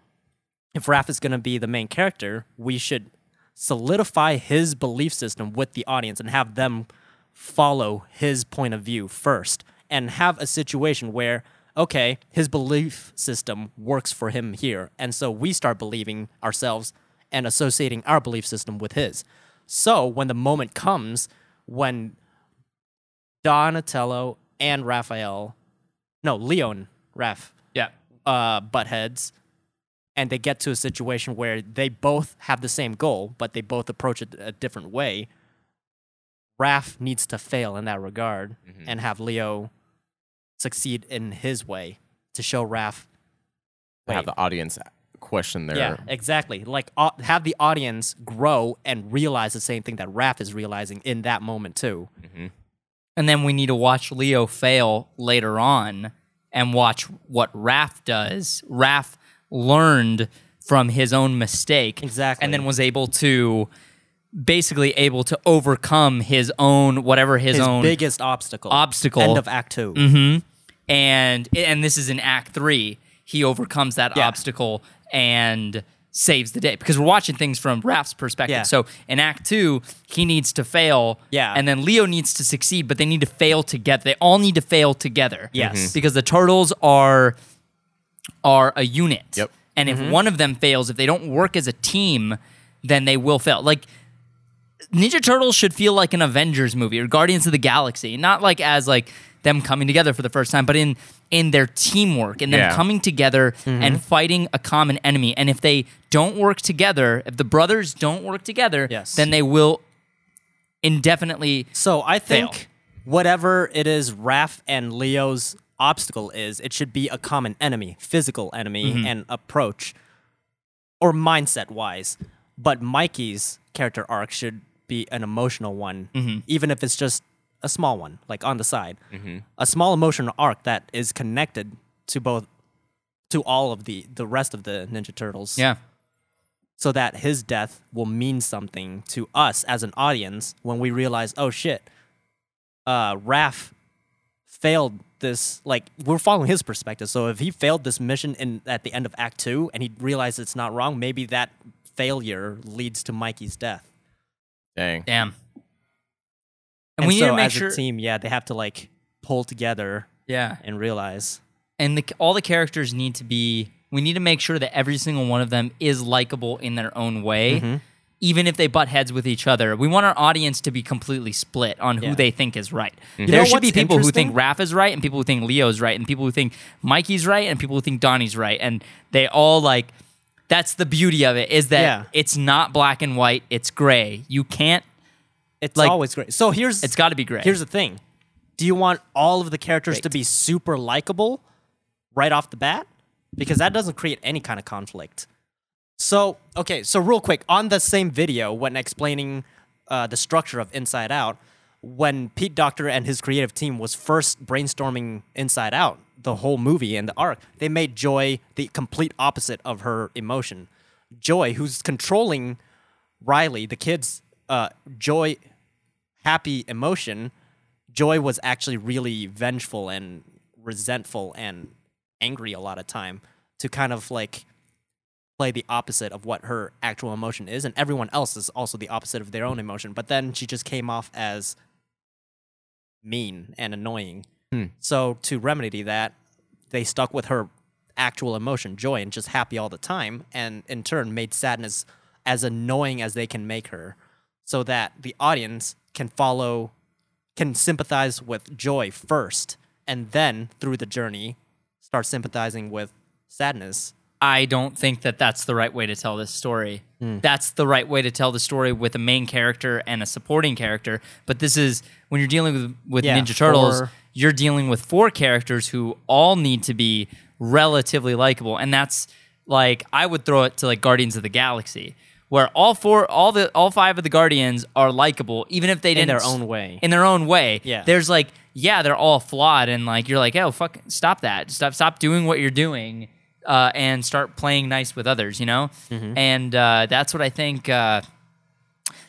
B: if Raph is going to be the main character, we should solidify his belief system with the audience and have them follow his point of view first and have a situation where, okay, his belief system works for him here. And so we start believing ourselves and associating our belief system with his. So when the moment comes when Donatello and Raphael, no, Leon, Raph,
A: Yeah.
B: uh, butt heads, and they get to a situation where they both have the same goal, but they both approach it a different way. Raph needs to fail in that regard and have Leo succeed in his way to show Raph.
D: Have the audience question their
B: Yeah, exactly. Like au- have the audience grow and realize the same thing that Raph is realizing in that moment too.
A: And then we need to watch Leo fail later on and watch what Raph does. Raph learned from his own mistake.
B: Exactly.
A: And then was able to basically able to overcome his own whatever his,
B: His
A: own
B: biggest obstacle.
A: obstacle.
B: End of Act 2
A: and and this is in act 3 he overcomes that
B: Yeah.
A: obstacle and saves the day because we're watching things from Raph's perspective
B: Yeah.
A: so in act 2 he needs to fail
B: Yeah.
A: and then Leo needs to succeed but they need to fail together they all need to fail together
B: Yes. Mhm.
A: because the turtles are are a unit
D: Yep.
A: and if
B: Mm-hmm.
A: one of them fails if they don't work as a team then they will fail like Ninja Turtles should feel like an Avengers movie or Guardians of the Galaxy, not like as like them coming together for the first time, but in in their teamwork and them
D: Yeah.
A: coming together and fighting a common enemy. And if they don't work together, if the brothers don't work together,
B: Yes.
A: then they will indefinitely.
B: So I think
A: Fail.
B: whatever it is Raph and Leo's obstacle is, it should be a common enemy, physical enemy and approach or mindset wise. But Mikey's character arc should be an emotional one, even if it's just a small one, like on the side. A small emotional arc that is connected to both to all of the the rest of the Ninja Turtles
A: Yeah,
B: so that his death will mean something to us as an audience when we realize, oh shit, uh, Raph failed this. Like we're following his perspective. So if he failed this mission in at the end of Act Two and he realized it's not wrong, maybe that failure leads to Mikey's death.
D: dang.
A: damn. And,
B: And,
A: we need
B: so
A: to make
B: as
A: sure.
B: a team, yeah, they have to like pull together
A: Yeah,
B: and realize.
A: and the, all the characters need to be we need to make sure that every single one of them is likable in their own way
B: Mm-hmm.
A: even if they butt heads with each other we want our audience to be completely split on who
B: Yeah. Mm-hmm.
A: they think is right
B: know
A: there should be
B: what's
A: people who think
B: interesting?
A: raph is right and people who think leo's right and people who think mikey's right and people who think donnie's right and they all like that's the beauty of it is that
B: Yeah.
A: it's not black and white it's gray you can't
B: It's
A: Like-
B: always great. So here's
A: it's got to be gray
B: Here's the thing. Do you want all of the characters to
A: Great.
B: be super likable right off the bat? Because that doesn't create any kind of conflict. So okay, so real quick on the same video when explaining uh, the structure of Inside Out, when Pete Doctor and his creative team was first brainstorming Inside Out, the whole movie and the arc, they made Joy the complete opposite of her emotion. Joy, who's controlling Riley, the kid's uh, joy, happy emotion, Joy was actually really vengeful and resentful and angry a lot of time to kind of like play the opposite of what her actual emotion is, and everyone else is also the opposite of their own emotion. But then she just came off as mean and annoying. So to remedy that, they stuck with her actual emotion, joy, and just happy all the time, and in turn made sadness as annoying as they can make her, so that the audience can follow, can sympathize with joy first, and then through the journey, start sympathizing with sadness
A: I don't think that that's the right way to tell this story.
B: Hmm.
A: That's the right way to tell the story with a main character and a supporting character. But this is when you're dealing with, with
B: Yeah,
A: Ninja Turtles,
B: four-
A: you're dealing with four characters who all need to be relatively likable. And that's like I would throw it to like Guardians of the Galaxy, where all four all the all five of the Guardians are likable, even if they didn't
B: their
A: s-
B: own way.
A: In their own way.
B: Yeah.
A: There's like, yeah, they're all flawed and like you're like, oh fuck stop that. Stop stop doing what you're doing uh, and start playing nice with others, you know? And uh, that's what I think uh,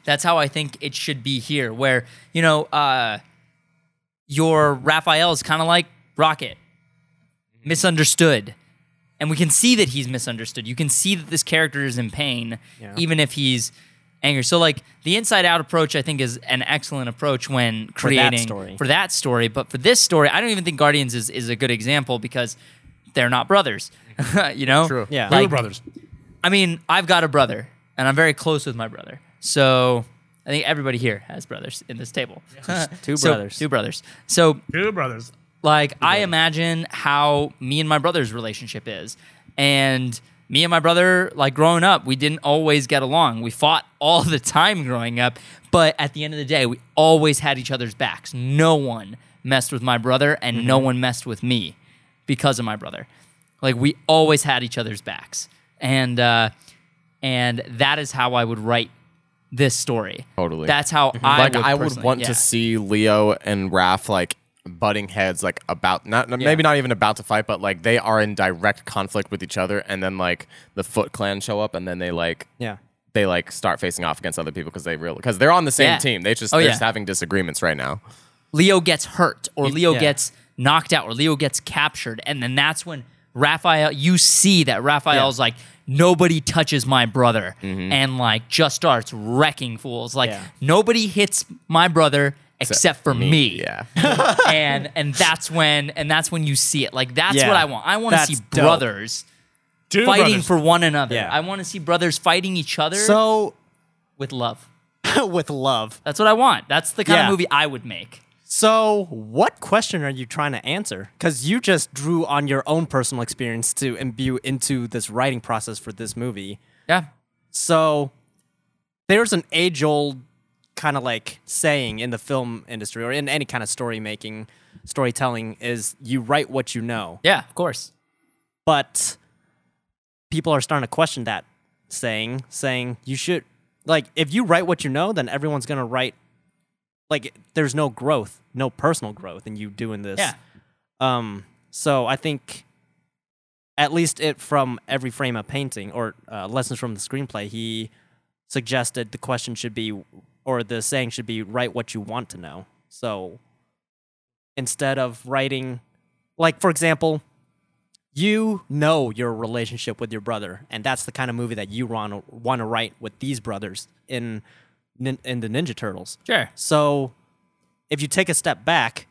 A: that's how I think it should be here, where, you know, uh, your Raphael is kind of like Rocket, misunderstood. And we can see that he's misunderstood. You can see that this character is in pain, even if he's angry. So, like, the inside out approach, I think, is an excellent approach when creating
B: story.
A: for that story. But for this story, I don't even think Guardians is, is a good example because they're not brothers. (laughs) you know?
D: True.
B: Yeah.
C: We were
A: Like,
C: brothers.
A: I mean, I've got a brother, and I'm very close with my brother. So I think everybody here has brothers in this table. (laughs)
B: two
A: So-
B: brothers.
A: two brothers. So
C: Two brothers.
A: like I imagine how me and my brother's relationship is. And me and my brother, like growing up, we didn't always get along. We fought (laughs) all the time growing up, but at the end of the day, we always had each other's backs. No one messed with my brother and no
D: Mm-hmm.
A: one messed with me because of my brother. Like we always had each other's backs. And uh and that is how I would write this story.
D: Totally.
A: That's how I
D: (laughs) like
A: would
D: I would
A: personally-
D: want
A: yeah.
D: to see Leo and Raph like butting heads, like about not not- maybe not even about to fight, but like they are in direct conflict with each other, and then like the Foot Clan show up, and then they like
B: Yeah.
D: they like start facing off against other people because they really because they're on the same
A: Yeah.
D: team. They just
A: Oh,
D: they're
A: yeah.
D: just having disagreements right now.
A: Leo gets hurt or Leo
B: yeah.
A: gets knocked out or Leo gets captured. And then that's when Raphael, you see that Raphael's like, nobody touches my brother and like just starts wrecking fools. Like,
B: Mm-hmm. Yeah.
A: nobody hits my brother except for me.
D: Yeah,
A: (laughs) and and that's when and that's when you see it. Like that's
B: Yeah.
A: what I want. I want to
B: That's
A: see
B: dope.
A: brothers
C: Two
A: fighting
C: brothers.
A: for one another.
B: Yeah.
A: I want to see brothers fighting each other
B: So (laughs)
A: with love.
B: with love.
A: That's what I want. That's the kind
B: Yeah.
A: of movie I would make.
B: So what question are you trying to answer? Because you just drew on your own personal experience to imbue into this writing process for this movie.
A: Yeah.
B: So there's an age old kind of like saying in the film industry or in any kind of story making, storytelling is you write what you know.
A: Yeah, of course.
B: but people are starting to question that saying saying you should like if you write what you know then everyone's going to write like there's no growth no personal growth in you doing this
A: Yeah.
B: um so i think at least it from every frame of painting or uh, lessons from the screenplay he suggested the question should be or the saying should be write what you want to know so instead of writing like for example you know your relationship with your brother, and that's the kind of movie that you want want to write with these brothers in nin- in the Ninja Turtles.
A: Sure.
B: So, if you take a step back,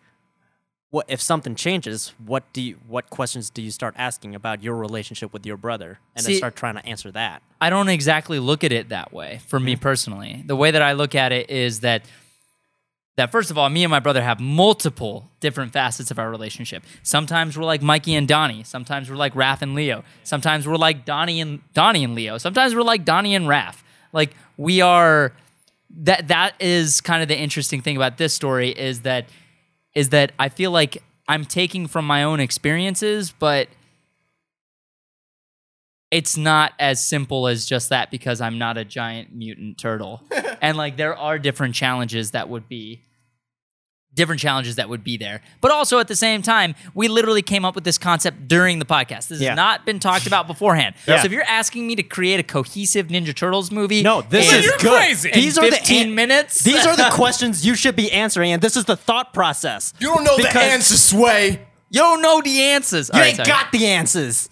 B: what if something changes? What do you, what questions do you start asking about your relationship with your brother, and then
A: See-
B: start trying to answer that?
A: I don't exactly look at it that way for me personally. The way that I look at it is that that first of all, me and my brother have multiple different facets of our relationship. Sometimes we're like Mikey and Donnie. Sometimes we're like Raph and Leo. Sometimes we're like Donnie and Donnie and Leo. Sometimes we're like Donnie and Raph. Like we are that that is kind of the interesting thing about this story is that is that I feel like I'm taking from my own experiences, but it's not as simple as just that because I'm not a giant mutant
B: (laughs)
A: turtle. and like there are different challenges that would be different challenges that would be there. But also at the same time, we literally came up with this concept during the podcast. This
B: Yeah.
A: has not been talked about beforehand.
B: (laughs) Yeah.
A: So if you're asking me to create a cohesive Ninja Turtles
B: (laughs)
A: movie,
B: No, this
A: in-
B: is
C: you're
B: good.
C: crazy.
B: These
A: in
B: are
A: 15
B: the an-
A: minutes.
B: These (laughs)
A: (laughs)
B: are the questions you should be answering, and this is the thought process.
D: You don't know the
B: Because-
D: answer, Sway.
A: you don't know the answers.
B: You ain't got the answers.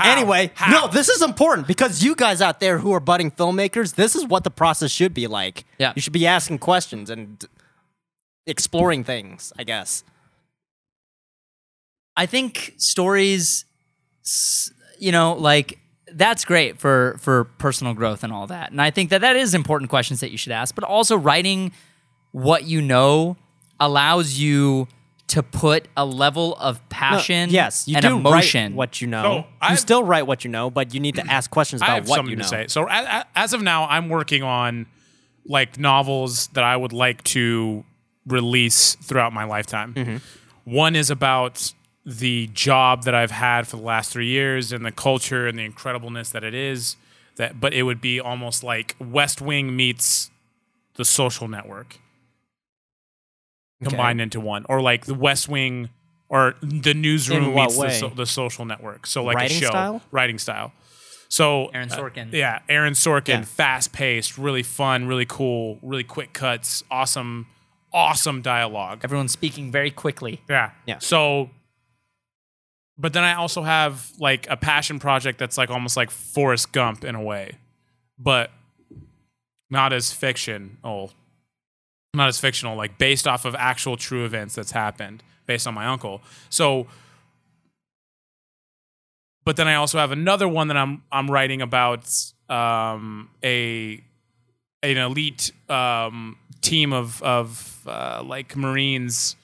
B: Anyway, no, this is important because you guys out there who are budding filmmakers, this is what the process should be like.
A: Yeah.
B: You should be asking questions and exploring things, I guess.
A: I think stories, s- you know, like that's great for for personal growth and all that. And I think that that is important questions that you should ask. But also writing what you know allows you to put a level of
B: No,
A: passion,
B: yes, you
A: and
B: do
A: emotion.
B: write what you know.
C: No,
B: you
C: I've-
B: still write what you know, but you need to ask questions about
C: I have
B: what
C: something
B: you know.
C: to say. So a- a- as of now, I'm working on like novels that I would like to release throughout my lifetime.
B: Mm-hmm.
C: One is about the job that I've had for the last three years and the culture and the incredibleness that it is. That, but it would be almost like West Wing meets The Social Network combined into one, or like the West Wing or the
B: In
C: newsroom
B: what
C: meets the,
B: way?
C: so, the Social Network. So like
B: Writing
C: a show,
B: style?
C: writing style. So
A: Aaron
C: uh,
A: Sorkin.
C: yeah, Aaron Sorkin,
B: Yeah.
C: fast paced, really fun, really cool, really quick cuts, awesome, awesome dialogue.
A: Everyone's speaking very quickly.
C: Yeah.
B: Yeah.
C: So, but then I also have like a passion project that's like almost like Forrest Gump in a way, but not as fictional, not as fictional, like based off of actual true events that's happened based on my uncle. So, but then I also have another one that I'm I'm writing about um, a an elite um, team of of uh, like Marines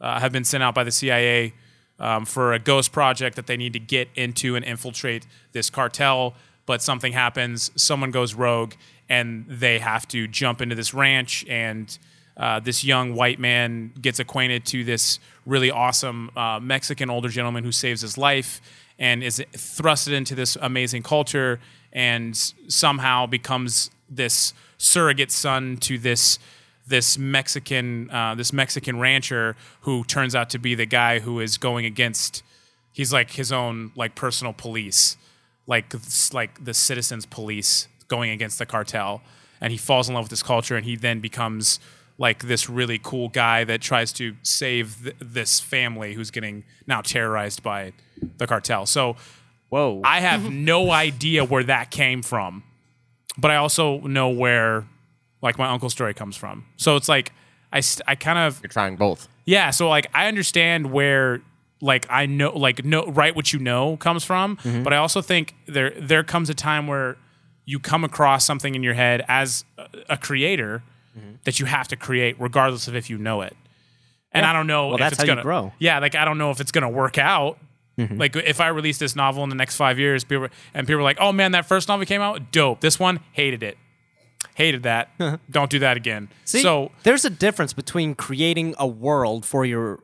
C: uh, have been sent out by the CIA um, for a ghost project that they need to get into and infiltrate this cartel. But something happens, someone goes rogue, and they have to jump into this ranch. And uh, this young white man gets acquainted to this really awesome uh, Mexican older gentleman who saves his life and is thrusted into this amazing culture and s- somehow becomes this surrogate son to this this Mexican uh, this Mexican rancher who turns out to be the guy who is going against he's like his own like personal police like s- like the citizens police going against the cartel and he falls in love with this culture and he then becomes like this really cool guy that tries to save th- this family who's getting now terrorized by the cartel so
B: Whoa.
C: I have no idea where that came from, but I also know where like my uncle's story comes from. So it's like I st- I kind of
D: You're trying both.
C: yeah, so like I understand where like I know like no write what you know comes from,
B: Mm-hmm.
C: but I also think there there comes a time where you come across something in your head as a, a creator
B: Mm-hmm.
C: that you have to create regardless of if you know it. And I don't know
B: Well,
C: if
B: that's
C: it's
B: how you
C: gonna
B: grow. Mm-hmm.
C: Yeah, like I don't know if it's gonna work out. Like if I release this novel in the next five years, people and people are like, "Oh man, that first novel came out, dope. This one, hated it,
B: (laughs)
C: hated that. don't do that again."
B: See, (laughs)
C: so
B: there's a difference between creating a world for your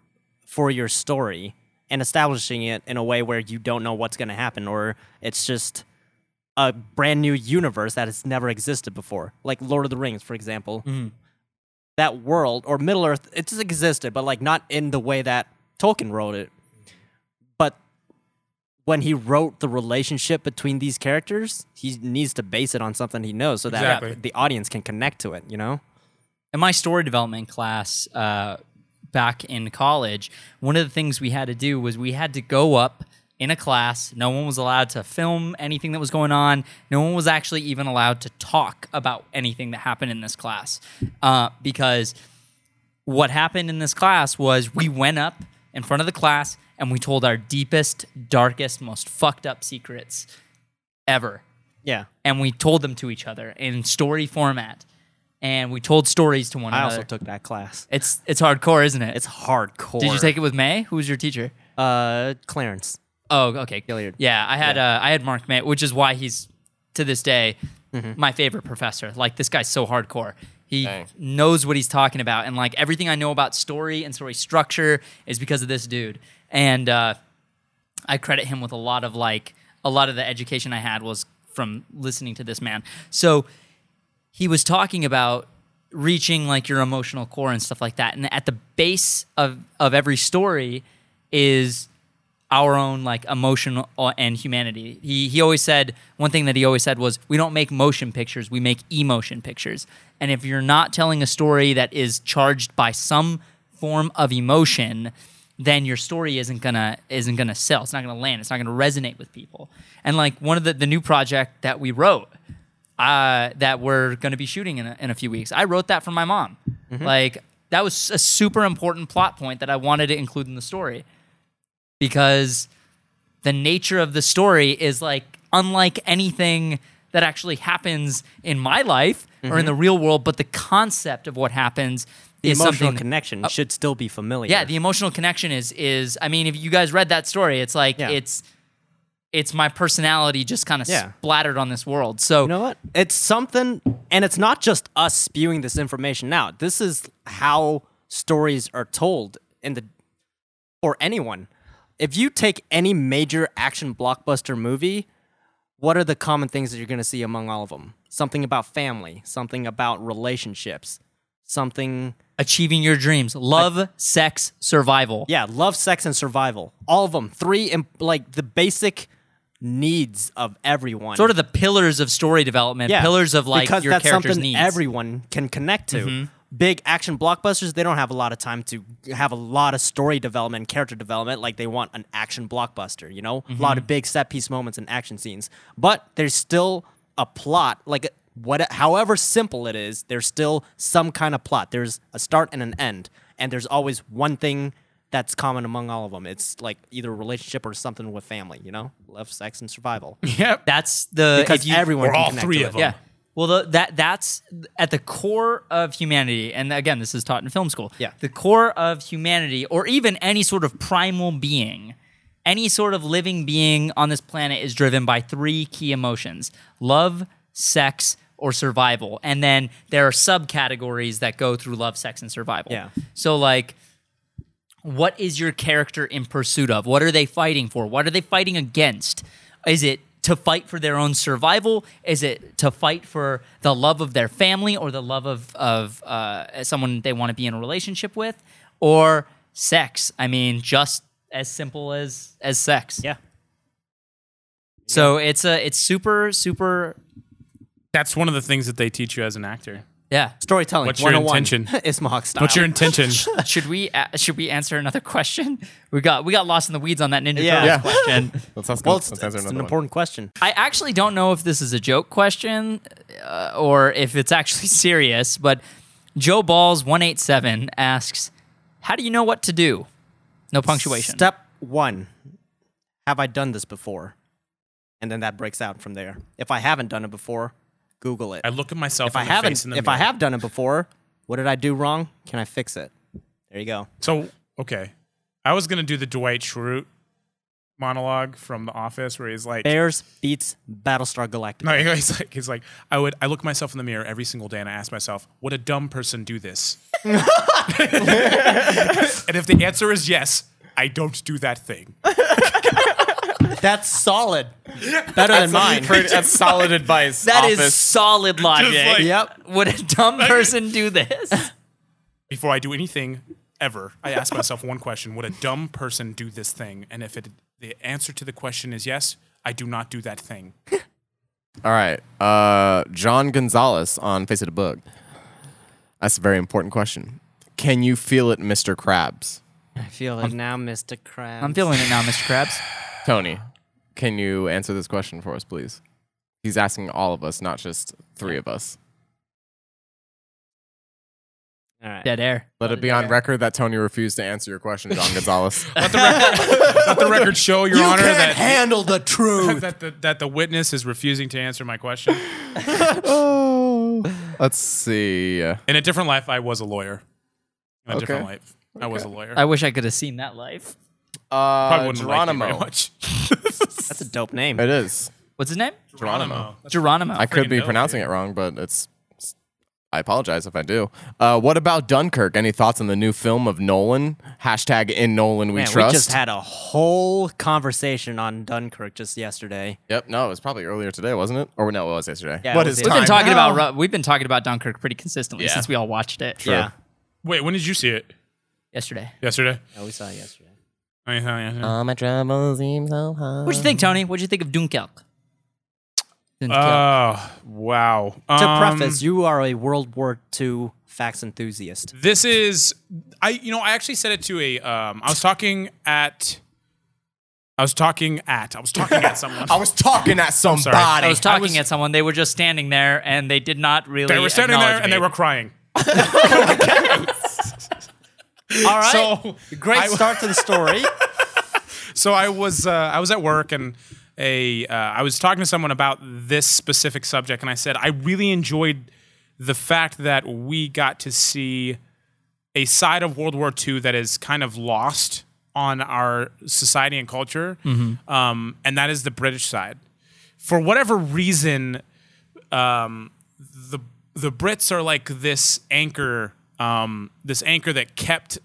B: for your story and establishing it in a way where you don't know what's going to happen or it's just a brand new universe that has never existed before. Like Lord of the Rings, for example.
C: Mm-hmm.
B: That world or Middle Earth, it just existed, but like not in the way that Tolkien wrote it. But when he wrote the relationship between these characters, he needs to base it on something he knows so that
C: Exactly.
B: the audience can connect to it, you know?
A: in my story development class uh, back in college, one of the things we had to do was we had to go up in a class. No one was allowed to film anything that was going on. No one was actually even allowed to talk about anything that happened in this class uh, because what happened in this class was we went up in front of the class and we told our deepest, darkest, most fucked up secrets ever
B: Yeah.
A: and we told them to each other in story format, and we told stories to one
B: I
A: another.
B: also took that class.
A: it's it's hardcore, isn't it?
B: It's hardcore.
A: Did you take it with May? Who was your teacher?
B: uh Clarence?
A: Oh, okay,
B: Gilliard.
A: Yeah, I had Uh, I had Mark May, which is why he's to this day my favorite professor. Like this guy's so hardcore. He
D: Dang.
A: knows what he's talking about, and like everything I know about story and story structure is because of this dude. And uh, I credit him with a lot of like a lot of the education I had was from listening to this man. So he was talking about reaching like your emotional core and stuff like that. And at the base of of every story is our own like emotion uh, and humanity. He he always said one thing that he always said was we don't make motion pictures, we make emotion pictures. And if you're not telling a story that is charged by some form of emotion, then your story isn't gonna isn't gonna sell. It's not gonna land. It's not gonna resonate with people. And like one of the the new project that we wrote uh, that we're going to be shooting in a, in a few weeks. I wrote that for my mom.
B: Mm-hmm.
A: Like that was a super important plot point that I wanted to include in the story because the nature of the story is like unlike anything that actually happens in my life or in the real world, but the concept of what happens
B: Mm-hmm. The
A: is
B: emotional
A: something.
B: connection should still be familiar.
A: Oh. yeah, the emotional connection is is. I mean, if you guys read that story, it's like
B: Yeah.
A: it's it's my personality just kind of
B: Yeah.
A: splattered on this world. So
B: You know what? It's something, and it's not just us spewing this information out. This is how stories are told in the, or anyone. If you take any major action blockbuster movie, what are the common things that you're going to see among all of them? Something about family, something about relationships, something,
A: achieving your dreams love sex survival
B: yeah, love, sex, and survival. All of them. Three, im- like the basic needs of everyone.
A: sort of the pillars of story development pillars of like
B: because
A: your
B: that's
A: character's
B: something
A: needs Mm-hmm.
B: everyone can connect to. Big action blockbusters, they don't have a lot of time to have a lot of story development, character development. Like they want an action blockbuster, you know, a lot
A: Mm-hmm.
B: of big set piece moments and action scenes. But there's still a plot, like what, however simple it is, there's still some kind of plot. There's a start and an end, and there's always one thing that's common among all of them. It's like either a relationship or something with family, you know, love, sex, and survival.
C: Yep.
A: that's the
B: Because
A: if you,
B: everyone,
C: Or
B: can
C: all
B: connect
C: three
B: to
C: of
B: it.
C: them.
A: yeah well the, that that's at the core of humanity and again this is taught in film school
B: Yeah.
A: the core of humanity or even any sort of primal being any sort of living being on this planet is driven by three key emotions love sex or survival and then there are subcategories that go through love sex and survival
B: Yeah.
A: so like what is your character in pursuit of? What are they fighting for? What are they fighting against? Is it to fight for their own survival? Is it to fight for the love of their family or the love of of uh, someone they want to be in a relationship with, or sex? I mean, just as simple as as sex.
B: Yeah.
A: So it's a it's super super
C: That's one of the things that they teach you as an actor.
A: yeah.
B: Storytelling.
C: What's your
B: 101. (laughs)
C: intention?
B: Ismahawk style.
C: What's your
B: (laughs)
C: intention?
A: should we a- should we answer another question? We got we got lost in the weeds on that Ninja
B: Yeah.
A: Turtles
B: Yeah.
A: question.
D: Let's ask
B: Well,
D: let's
B: it's,
D: answer
B: it's an
D: another one.
B: important question.
A: I actually don't know if this is a joke question uh, or if it's actually (laughs) serious, but Joe Balls one eight seven asks, "How do you know what to do?" No punctuation.
B: Step one: Have I done this before? And then that breaks out from there. If I haven't done it before, Google it.
C: I look at myself.
B: if I
C: in the face
B: haven't,
C: in the
B: if I
C: mirror.
B: have done it before, what did I do wrong? Can I fix it? There you go.
C: So okay, I was gonna do the Dwight Schrute monologue from The Office where he's like,
B: Bears beats Battlestar Galactica.
C: (laughs) no, he's like, he's like, I would, I look myself in the mirror every single day and I ask myself, would a dumb person
B: (laughs)
C: do this? and if the answer is yes, I don't do that thing.
B: That's solid. Better than mine.
D: Pretty-
A: (laughs)
D: that's solid advice.
A: That is
D: office.
A: solid logic.
C: like-
B: Yep.
A: (laughs) Would a dumb person do this?
C: Before I do anything ever, I ask myself one question: Would a dumb person do this thing? And if it, the answer to the question is yes, I do not do that thing.
D: All right. Uh, John Gonzalez on Face of the Book. That's a very important question. Can you feel it, Mr. Krabs?
B: I feel it now, Mr.
A: (laughs)
B: Krabs.
A: I'm feeling it now, Mr. Krabs.
D: Tony, can you answer this question for us, please? He's asking all of us, not just three of us.
B: All right.
A: Dead air.
D: Let it be on record that Tony refused to answer your question, John
C: (laughs)
D: Gonzalez.
C: Let the record show, Your Honor, that
B: handle the truth.
C: (laughs) that the, that the witness is refusing to answer my question.
D: (laughs) oh, let's see.
C: In a different life, I was a lawyer. In a different
D: Okay.
C: life, I was a lawyer.
A: I wish I could have seen that life.
C: Probably
D: Uh,
C: wouldn't like you
D: Geronimo.
C: very much.
B: That's a dope name.
D: It is.
A: What's his name?
D: Geronimo.
A: Geronimo.
D: I could be
C: know,
D: pronouncing it wrong, but it's I apologize if I do. Uh, what about Dunkirk? Any thoughts on the new film of Nolan? Hashtag in Nolan we
B: Man,
D: trust.
B: we just had a whole conversation on Dunkirk just yesterday.
D: yep. No, it was probably earlier today, wasn't it? Or no, it was yesterday.
B: Yeah, it
D: what
B: was
D: is
B: yesterday.
A: We've been
D: time?
A: talking
B: now.
A: about Ru- we've been talking about Dunkirk pretty consistently
D: Yeah.
A: since we all watched it
B: Yeah.
C: Wait, when did you see it?
A: yesterday.
C: Yesterday. Oh,
B: yeah, we saw it yesterday.
C: I- I- I-
D: All my troubles seem so high.
A: What'd you think, Tony? What'd you think of Dunkirk? Dunkirk.
C: Oh wow!
B: To
C: Um,
B: preface, you are a World War II facts enthusiast.
C: this is I. You know, I actually said it to a. Um, I was talking at. I was talking at. I was talking at someone.
D: I was talking at somebody.
A: I was talking at someone. They were just standing there, and they did not really.
C: they were standing there
A: acknowledge
C: and they
A: me.
C: were crying.
B: All right.
C: So
B: Great
C: I-
B: start to the
C: (laughs)
B: story.
C: so I was uh, I was at work and a uh, I was talking to someone about this specific subject, and I said I really enjoyed the fact that we got to see a side of World War II that is kind of lost on our society and culture, um, and that is the British side. For whatever reason, um, the the Brits are like this anchor, um, this anchor that kept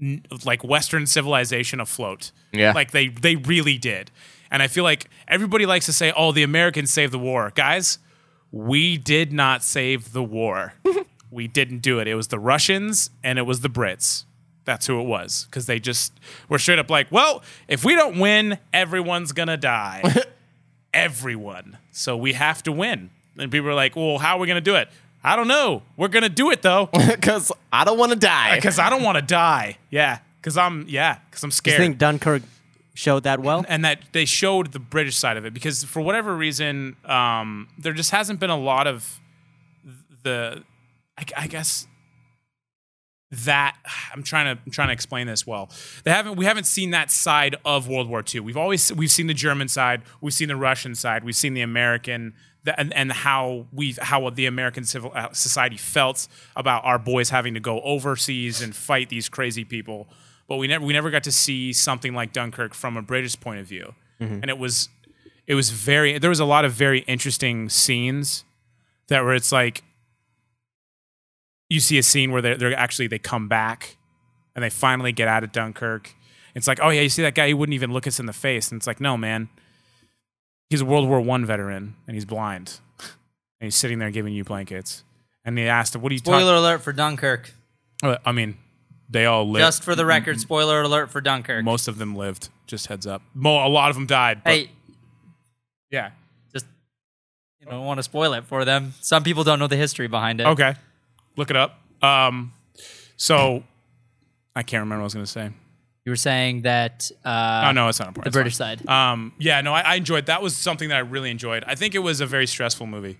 C: n- like Western civilization afloat.
D: Yeah.
C: like they they really did. And I feel like everybody likes to say, "Oh, the Americans saved the war." Guys, we did not save the war. we didn't do it. It was the Russians and it was the Brits. That's who it was because they just were straight up like, "Well, if we don't win, everyone's gonna die." everyone. So we have to win. And people are like, well, how are we going to do it? I don't know. We're going to do
B: (laughs)
C: it though,
D: (laughs) because I don't want to die.
C: because I don't want to die. Yeah. Because I'm, yeah, because I'm
B: you
C: scared.
B: think Dunkirk showed that well?
C: and that they showed the British side of it because for whatever reason, um, there just hasn't been a lot of the, I, I guess that (sighs) I'm trying to I'm trying to explain this well. They haven't we haven't seen that side of World War II. We've always we've seen the German side, we've seen the Russian side, we've seen the American the, and, and how we how the American civil uh, society felt about our boys having to go overseas and fight these crazy people. But we never we never got to see something like Dunkirk from a British point of view. And it was it was very there was a lot of very interesting scenes that where it's like you see a scene where they're, they're actually they come back and they finally get out of dunkirk it's like oh yeah you see that guy he wouldn't even look us in the face and it's like no man he's a world war one veteran and he's blind (laughs) and he's sitting there giving you blankets and they asked him what are you
A: Spoiler
C: talking
A: alert for Dunkirk.
C: i mean they all lived
A: Just for the
B: Mm-hmm.
A: record, spoiler alert for Dunkirk.
C: most of them lived just heads up Mo- a lot of them died but
A: hey,
C: yeah
A: just you don't want to spoil it for them. Some people don't know the history behind it.
C: okay look it up um so i can't remember what i was going to say
A: You were saying that uh,
C: oh no it's not important
A: the
C: It's fine.
A: British side.
C: Um, yeah, no, I, I enjoyed. That was something that I really enjoyed. I think it was a very stressful movie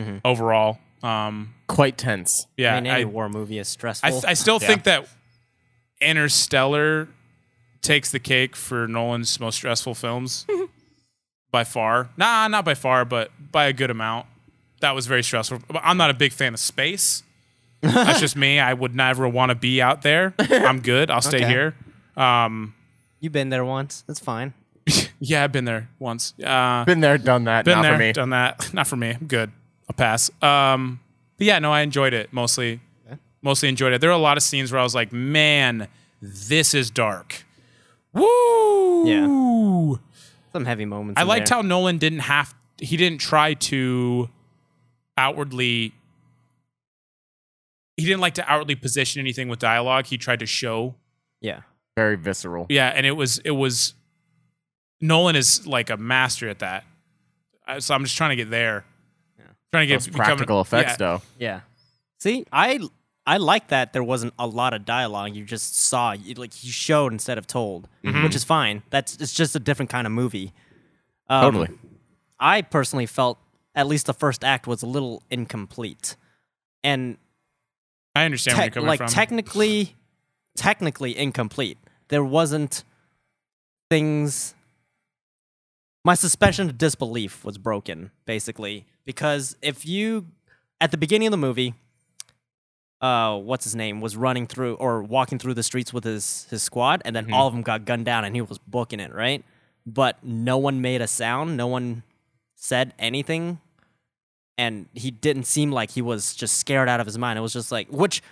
A: Mm-hmm.
C: overall. Um,
D: Quite tense.
C: yeah,
B: I mean, any
C: I-
B: war movie is stressful.
C: I, th- I still think that Interstellar takes the cake for Nolan's most stressful films by far. Nah, not by far, but by a good amount. That was very stressful. But I'm not a big fan of space. That's just me. I would never want to be out there. I'm good. I'll stay
B: Okay.
C: here. Um,
B: You've been there once. That's fine.
C: yeah, I've been there once. Uh,
D: Been there, done that.
C: Been
D: not
C: there,
D: for me.
C: done that. (laughs) Not for me. I'm good. I'll pass. Um, but yeah, no, I enjoyed it mostly. Mostly enjoyed it. There were a lot of scenes where I was like, man, this is dark. Woo! Yeah.
B: Some heavy moments.
C: I
B: in
C: liked
B: there.
C: how Nolan didn't have he didn't try to outwardly he didn't like to outwardly position anything with dialogue. He tried to show
B: Yeah.
D: Very visceral.
C: yeah, and it was it was Nolan is like a master at that. I- So I'm just trying to get there. Trying to get
D: Those
C: become-
D: practical effects,
C: yeah.
D: though.
B: Yeah. See, I I like that there wasn't a lot of dialogue. You just saw, you, like you showed instead of told,
C: Mm-hmm.
B: which is fine. That's it's just a different kind of movie. Um,
D: Totally.
B: I personally felt at least the first act was a little incomplete, and
C: I understand
B: tech
C: where you're coming
B: like
C: from.
B: technically, technically incomplete. There wasn't things. My suspension of disbelief was broken, basically, because if you at the beginning of the movie, uh, what's his name was running through or walking through the streets with his his squad, and then
C: Mm-hmm.
B: all of them got gunned down, and he was booking it right. But no one made a sound. No one said anything. and he didn't seem like he was just scared out of his mind. It was just like, which,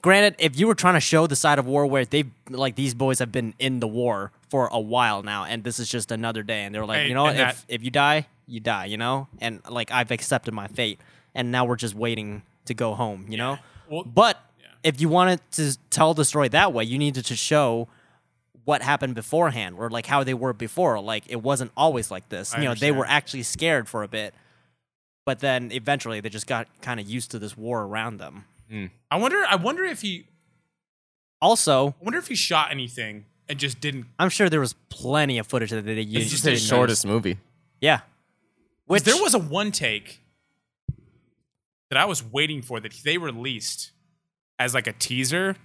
B: granted, if you were trying to show the side of war where they like these boys have been in the war for a while now, and this is just another day, and they're like,
C: Hey,
B: you know what,
C: and that-
B: if if you die, you die, you know, and like I've accepted my fate, and now we're just waiting to go home, you know.
C: Well-
B: but if you wanted to tell the story that way, you needed to show what happened beforehand or like how they were before like it wasn't always like this you
C: I
B: know they
C: understand.
B: were actually scared for a bit but then eventually they just got kind of used to this war around them
C: I wonder. I wonder if he.
B: also
C: I wonder if he shot anything and just didn't.
B: i'm sure there was plenty of footage that they used uh,
D: It's just his shortest movie.
B: yeah which
C: 'cause there was a one take that I was waiting for that they released as like a teaser.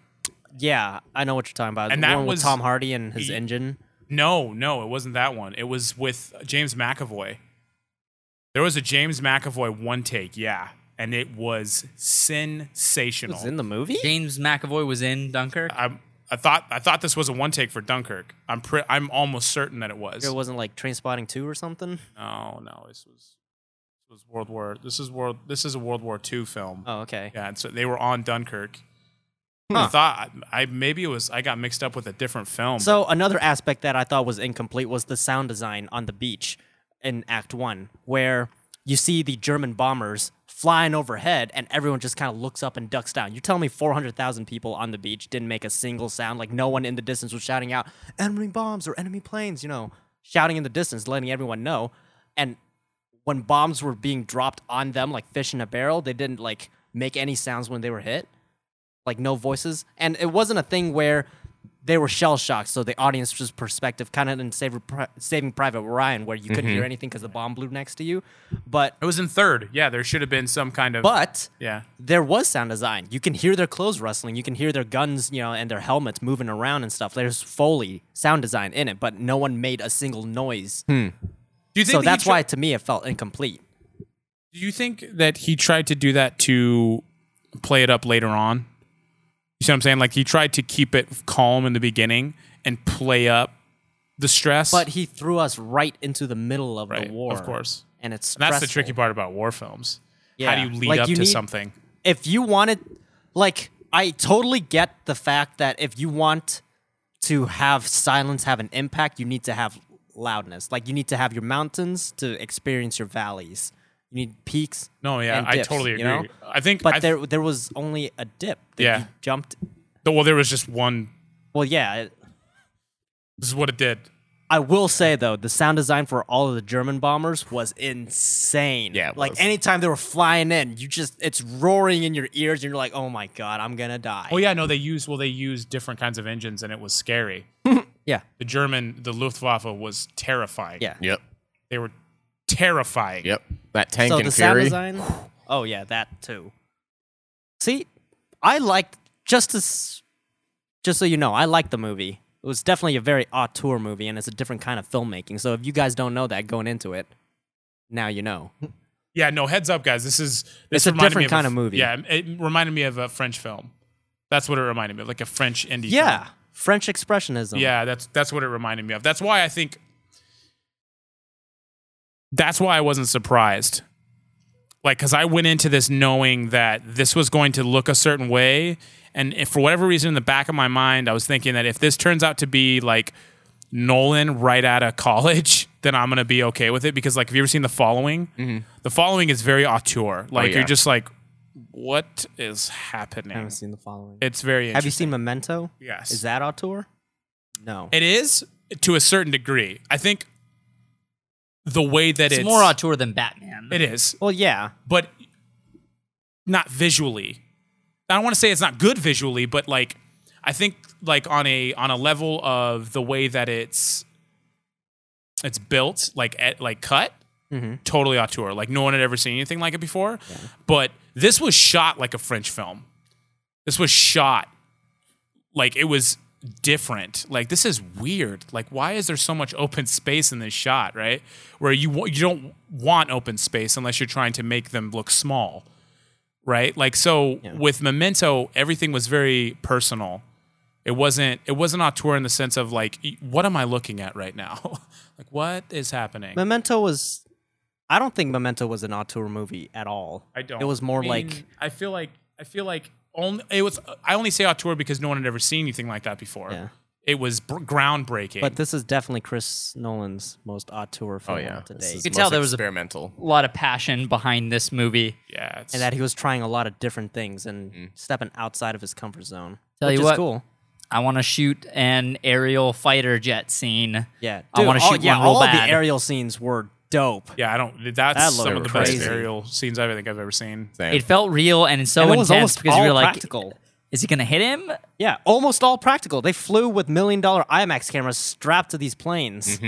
B: yeah i know what you're talking about
C: And
B: the
C: that
B: one
C: was-
B: with tom hardy and his
C: Ye-
B: engine
C: No, no, it wasn't that one. It was with James McAvoy. There was a James McAvoy one take, yeah, and it was sensational.
B: was in the movie
A: James McAvoy was in Dunkirk.
C: I, I thought I thought this was a one take for Dunkirk. I'm pre- I'm almost certain that it was.
B: it wasn't like train spotting 2 or something
C: No, no, this was this was World War. This is world. This is a World War II film.
B: oh okay
C: Yeah, and so they were on Dunkirk. I thought I, I maybe it was I got mixed up with a different film.
B: So another aspect that I thought was incomplete was the sound design on the beach in Act One, where you see the German bombers flying overhead, and everyone just kind of looks up and ducks down. You tell me four hundred thousand people on the beach didn't make a single sound, like no one in the distance was shouting out "enemy bombs" or "enemy planes," you know, shouting in the distance, letting everyone know. And when bombs were being dropped on them like fish in a barrel, they didn't like make any sounds when they were hit like no voices and it wasn't a thing where they were shell shocked so the audience's perspective kind of in Saving, Pri- Saving Private Ryan where you couldn't
C: Mm-hmm.
B: hear anything because the bomb blew next to you but
C: it was in third. Yeah, there should have been some kind of.
B: but
C: yeah,
B: there was sound design you can hear their clothes rustling you can hear their guns you know and their helmets moving around and stuff there's Foley sound design in it but no one made a single noise
C: Hmm. do you think
B: so
C: that he
B: that's
C: tri-
B: why to me it felt incomplete
C: Do you think that he tried to do that to play it up later on? You see what I'm saying? Like he tried to keep it calm in the beginning and play up the stress.
B: but he threw us right into the middle of
C: Right,
B: the war
C: of course.
B: and it's
C: And that's the
B: stressful.
C: tricky part about war films. How
B: Yeah.
C: do you lead
B: Like,
C: up
B: you
C: to
B: need-
C: something?
B: if you wanted like I totally get the fact that if you want to have silence have an impact, you need to have loudness. Like you need to have your mountains to experience your valleys. You need peaks.
C: No, yeah,
B: and
C: I
B: dips,
C: totally agree.
B: you know?
C: I think,
B: But
C: I th-
B: there there was only a dip that
C: Yeah.
B: you jumped.
C: well, there was just one.
B: Well, yeah, it-
C: This is what it did.
B: I will say though, the sound design for all of the German bombers was insane.
D: Yeah, it
B: like
D: was.
B: anytime they were flying in, you just it's roaring in your ears, and you're like, oh my god, I'm gonna die.
C: Oh yeah, no, they used well, they used different kinds of engines, and it was scary.
B: yeah,
C: The German, the Luftwaffe was terrifying.
B: yeah.
D: Yep.
C: they were terrifying.
D: Yep. That Tank
B: so
D: and
B: the
D: Fury.
B: sound design. (sighs) Oh yeah, that too. See, I liked just as just so you know, I liked the movie. It was definitely a very auteur movie, and it's a different kind of filmmaking. So if you guys don't know that going into it, now you know.
C: (laughs) Yeah, no, heads up, guys. This is
B: It's
C: this
B: a
C: reminded me
B: different
C: of
B: kind
C: f-
B: of movie.
C: Yeah, it reminded me of a French film. That's what it reminded me of, like a French indie.
B: Yeah,
C: film.
B: French expressionism.
C: yeah, that's that's what it reminded me of. That's why I think. That's why I wasn't surprised, like because I went into this knowing that this was going to look a certain way, and if for whatever reason in the back of my mind I was thinking that if this turns out to be like Nolan right out of college, (laughs) then I'm gonna be okay with it because like have you ever seen The Following?
B: Mm-hmm.
C: The Following is very auteur.
B: Oh,
C: Like
D: yeah.
C: you're just like, what is happening?
B: I've seen the following.
C: It's very.
B: Have you seen Memento?
C: Yes.
B: Is that auteur? No.
C: It is to a certain degree. I think the way that
A: it's,
C: it's,
A: more auteur than Batman.
C: It is,
B: well, yeah.
C: but not visually. I don't want to say it's not good visually, but like I think like on a on a level of the way that it's it's built, like at, like cut, totally auteur. Like no one had ever seen anything like it before. But this was shot like a French film. This was shot like it was different. Like this is weird. Like why is there so much open space in this shot, right? Where you wa- you don't want open space unless you're trying to make them look small. Right? Like so with Memento, everything was very personal. It wasn't it wasn't auteur in the sense of (laughs) like e- what am I looking at right now? like what is happening?
B: Memento was I don't think Memento was an auteur movie at all.
C: I don't.
B: It was more
C: I mean,
B: like
C: I feel like I feel like only it was. I only say auteur because no one had ever seen anything like that before.
B: Yeah.
C: It was br- groundbreaking.
B: But this is definitely Chris Nolan's most auteur film
D: Oh yeah,
B: to
D: This
B: date.
D: is
A: could
D: most
A: tell there was a-
D: experimental.
A: A lot of passion behind this movie.
C: yeah, it's,
B: and that he was trying a lot of different things and
D: Mm-hmm.
B: stepping outside of his comfort zone.
A: Tell
B: which
A: you
B: is
A: what.
B: cool.
A: I want to shoot an aerial fighter jet scene.
B: Yeah, dude,
A: I want to
B: all-
A: shoot
B: yeah,
A: one real
B: all
A: bad.
B: the aerial scenes were dope.
C: yeah. I don't. That's
B: That
C: some of
B: looked
C: the best
D: crazy.
C: aerial scenes I think I've ever seen.
D: Same.
A: it felt real and so
B: and it was
A: intense
B: almost
A: because
B: all
A: we were like,
B: practical.
A: is he going to hit him?
B: Yeah, almost all practical. They flew with million dollar IMAX cameras strapped to these
D: Mm-hmm.
B: planes.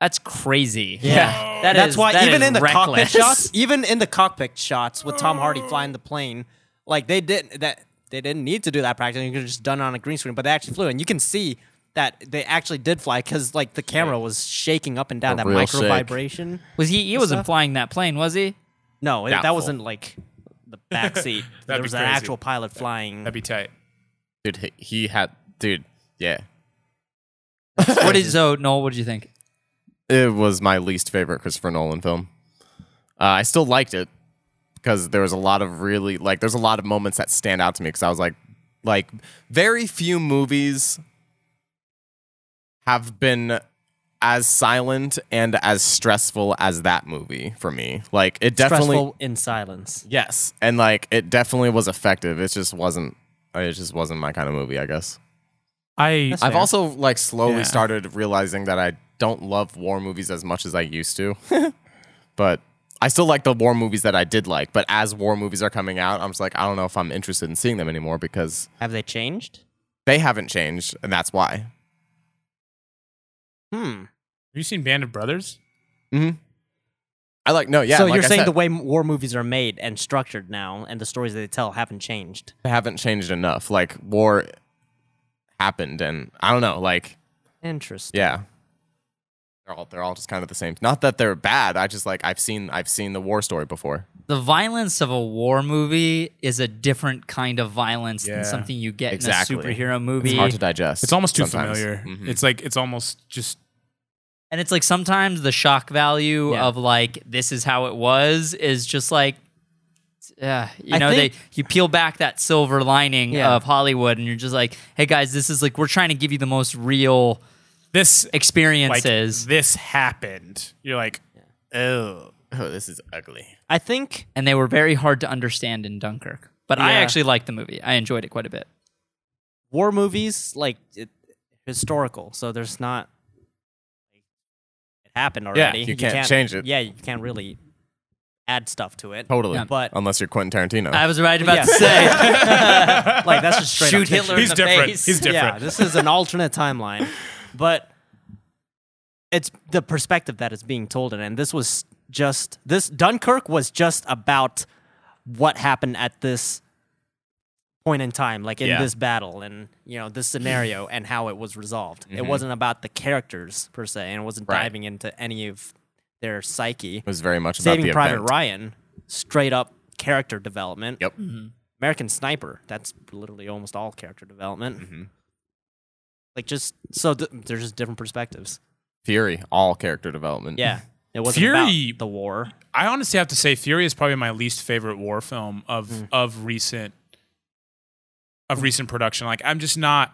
A: That's crazy.
B: Yeah,
A: That
B: that's
A: is-
B: why
A: that
B: even
A: is
B: in the cockpit
A: reckless.
B: shots, even in the cockpit shots with Tom Hardy flying the plane, like they didn't that they didn't need to do that practice. You could have just done it on a green screen, but they actually flew, and you can see that they actually did fly because like the camera was shaking up and down
D: A
B: that
D: real
B: micro
D: shake.
B: vibration.
A: Was he? He wasn't flying that plane, was he?
B: No, it, that
D: Doubtful.
B: wasn't like the
C: (laughs)
B: backseat. there
C: be
B: was an
C: crazy.
B: actual pilot flying.
C: That'd be tight.
D: dude, he, he had dude. Yeah,
A: what is so? Noel, what did you think?
D: it was my least favorite Christopher Nolan film. Uh, I still liked it because there was a lot of really like there's a lot of moments that stand out to me because I was like like very few movies have been as silent and as stressful as that movie for me. Like it definitely
B: stressful in silence.
D: yes, and like it definitely was effective. It just wasn't. It just wasn't my kind of movie, I guess.
C: I
B: That's
D: I've
B: fair.
D: also like slowly
C: Yeah.
D: started realizing that I don't love war movies as much as I used to. but I still like the war movies that I did like. But as war movies are coming out, I'm just like, I don't know if I'm interested in seeing them anymore because
B: have they changed?
D: they haven't changed, and that's why.
B: Hmm.
C: Have you seen Band of Brothers?
D: I like no, yeah.
B: so
D: like
B: you're
D: I
B: saying
D: said,
B: the way m- war movies are made and structured now, and the stories they tell haven't changed.
D: they haven't changed enough. Like war happened, and I don't know. Like
B: Interesting.
D: yeah. They're all, they're all just kind of the same. Not that they're bad. I just like I've seen I've seen the war story before.
A: The violence of a war movie is a different kind of violence
C: Yeah.
A: than something you get
D: Exactly.
A: in a superhero movie.
D: It's hard to digest.
C: It's almost too
D: sometimes.
C: familiar.
D: Mhm.
C: It's like it's almost just
A: And it's like sometimes the shock value
B: Yeah.
A: of like this is how it was is just like yeah, you
B: I
A: know,
B: think-
A: they you peel back that silver lining
B: Yeah.
A: of Hollywood and you're just like, "Hey guys, this is like we're trying to give you the most real
C: this. Like
A: experiences."
C: this happened. You're like, oh,
D: Oh, this is ugly.
B: I think
A: and they were very hard to understand in Dunkirk. But I
B: Yeah.
A: actually liked the movie. I enjoyed it quite a bit.
B: war movies like it, historical, so there's not it happened already.
D: you can't change it.
B: Yeah, you can't really add stuff to it.
D: Totally.
A: Yeah.
B: But-
D: unless you're Quentin Tarantino.
A: I was right about
B: Yeah.
A: to say
D: (laughs)
B: like that's just straight
A: shoot
B: up
A: Hitler
C: He's
A: in the
C: different.
A: face.
C: He's
B: (laughs)
C: different.
B: Yeah, this is an alternate timeline, but it's the perspective that is being told in. And this was just this Dunkirk was just about what happened at this point in time, like in
D: Yeah.
B: this battle and you know this scenario and how it was resolved. It wasn't about the characters per se, and it wasn't
D: Mm-hmm. Right.
B: diving into any of their psyche.
D: it was very much about
B: Saving
D: the
B: Private
D: event.
B: Ryan, straight up character development.
D: Yep.
B: American Sniper. That's literally almost all character development.
C: Mm-hmm.
B: Like just so th- there's just different perspectives.
D: Fury, all character development.
B: Yeah, it wasn't
C: Fury-
B: about the war.
C: I honestly have to say Fury is probably my least favorite war film of of recent of recent production. Like I'm just not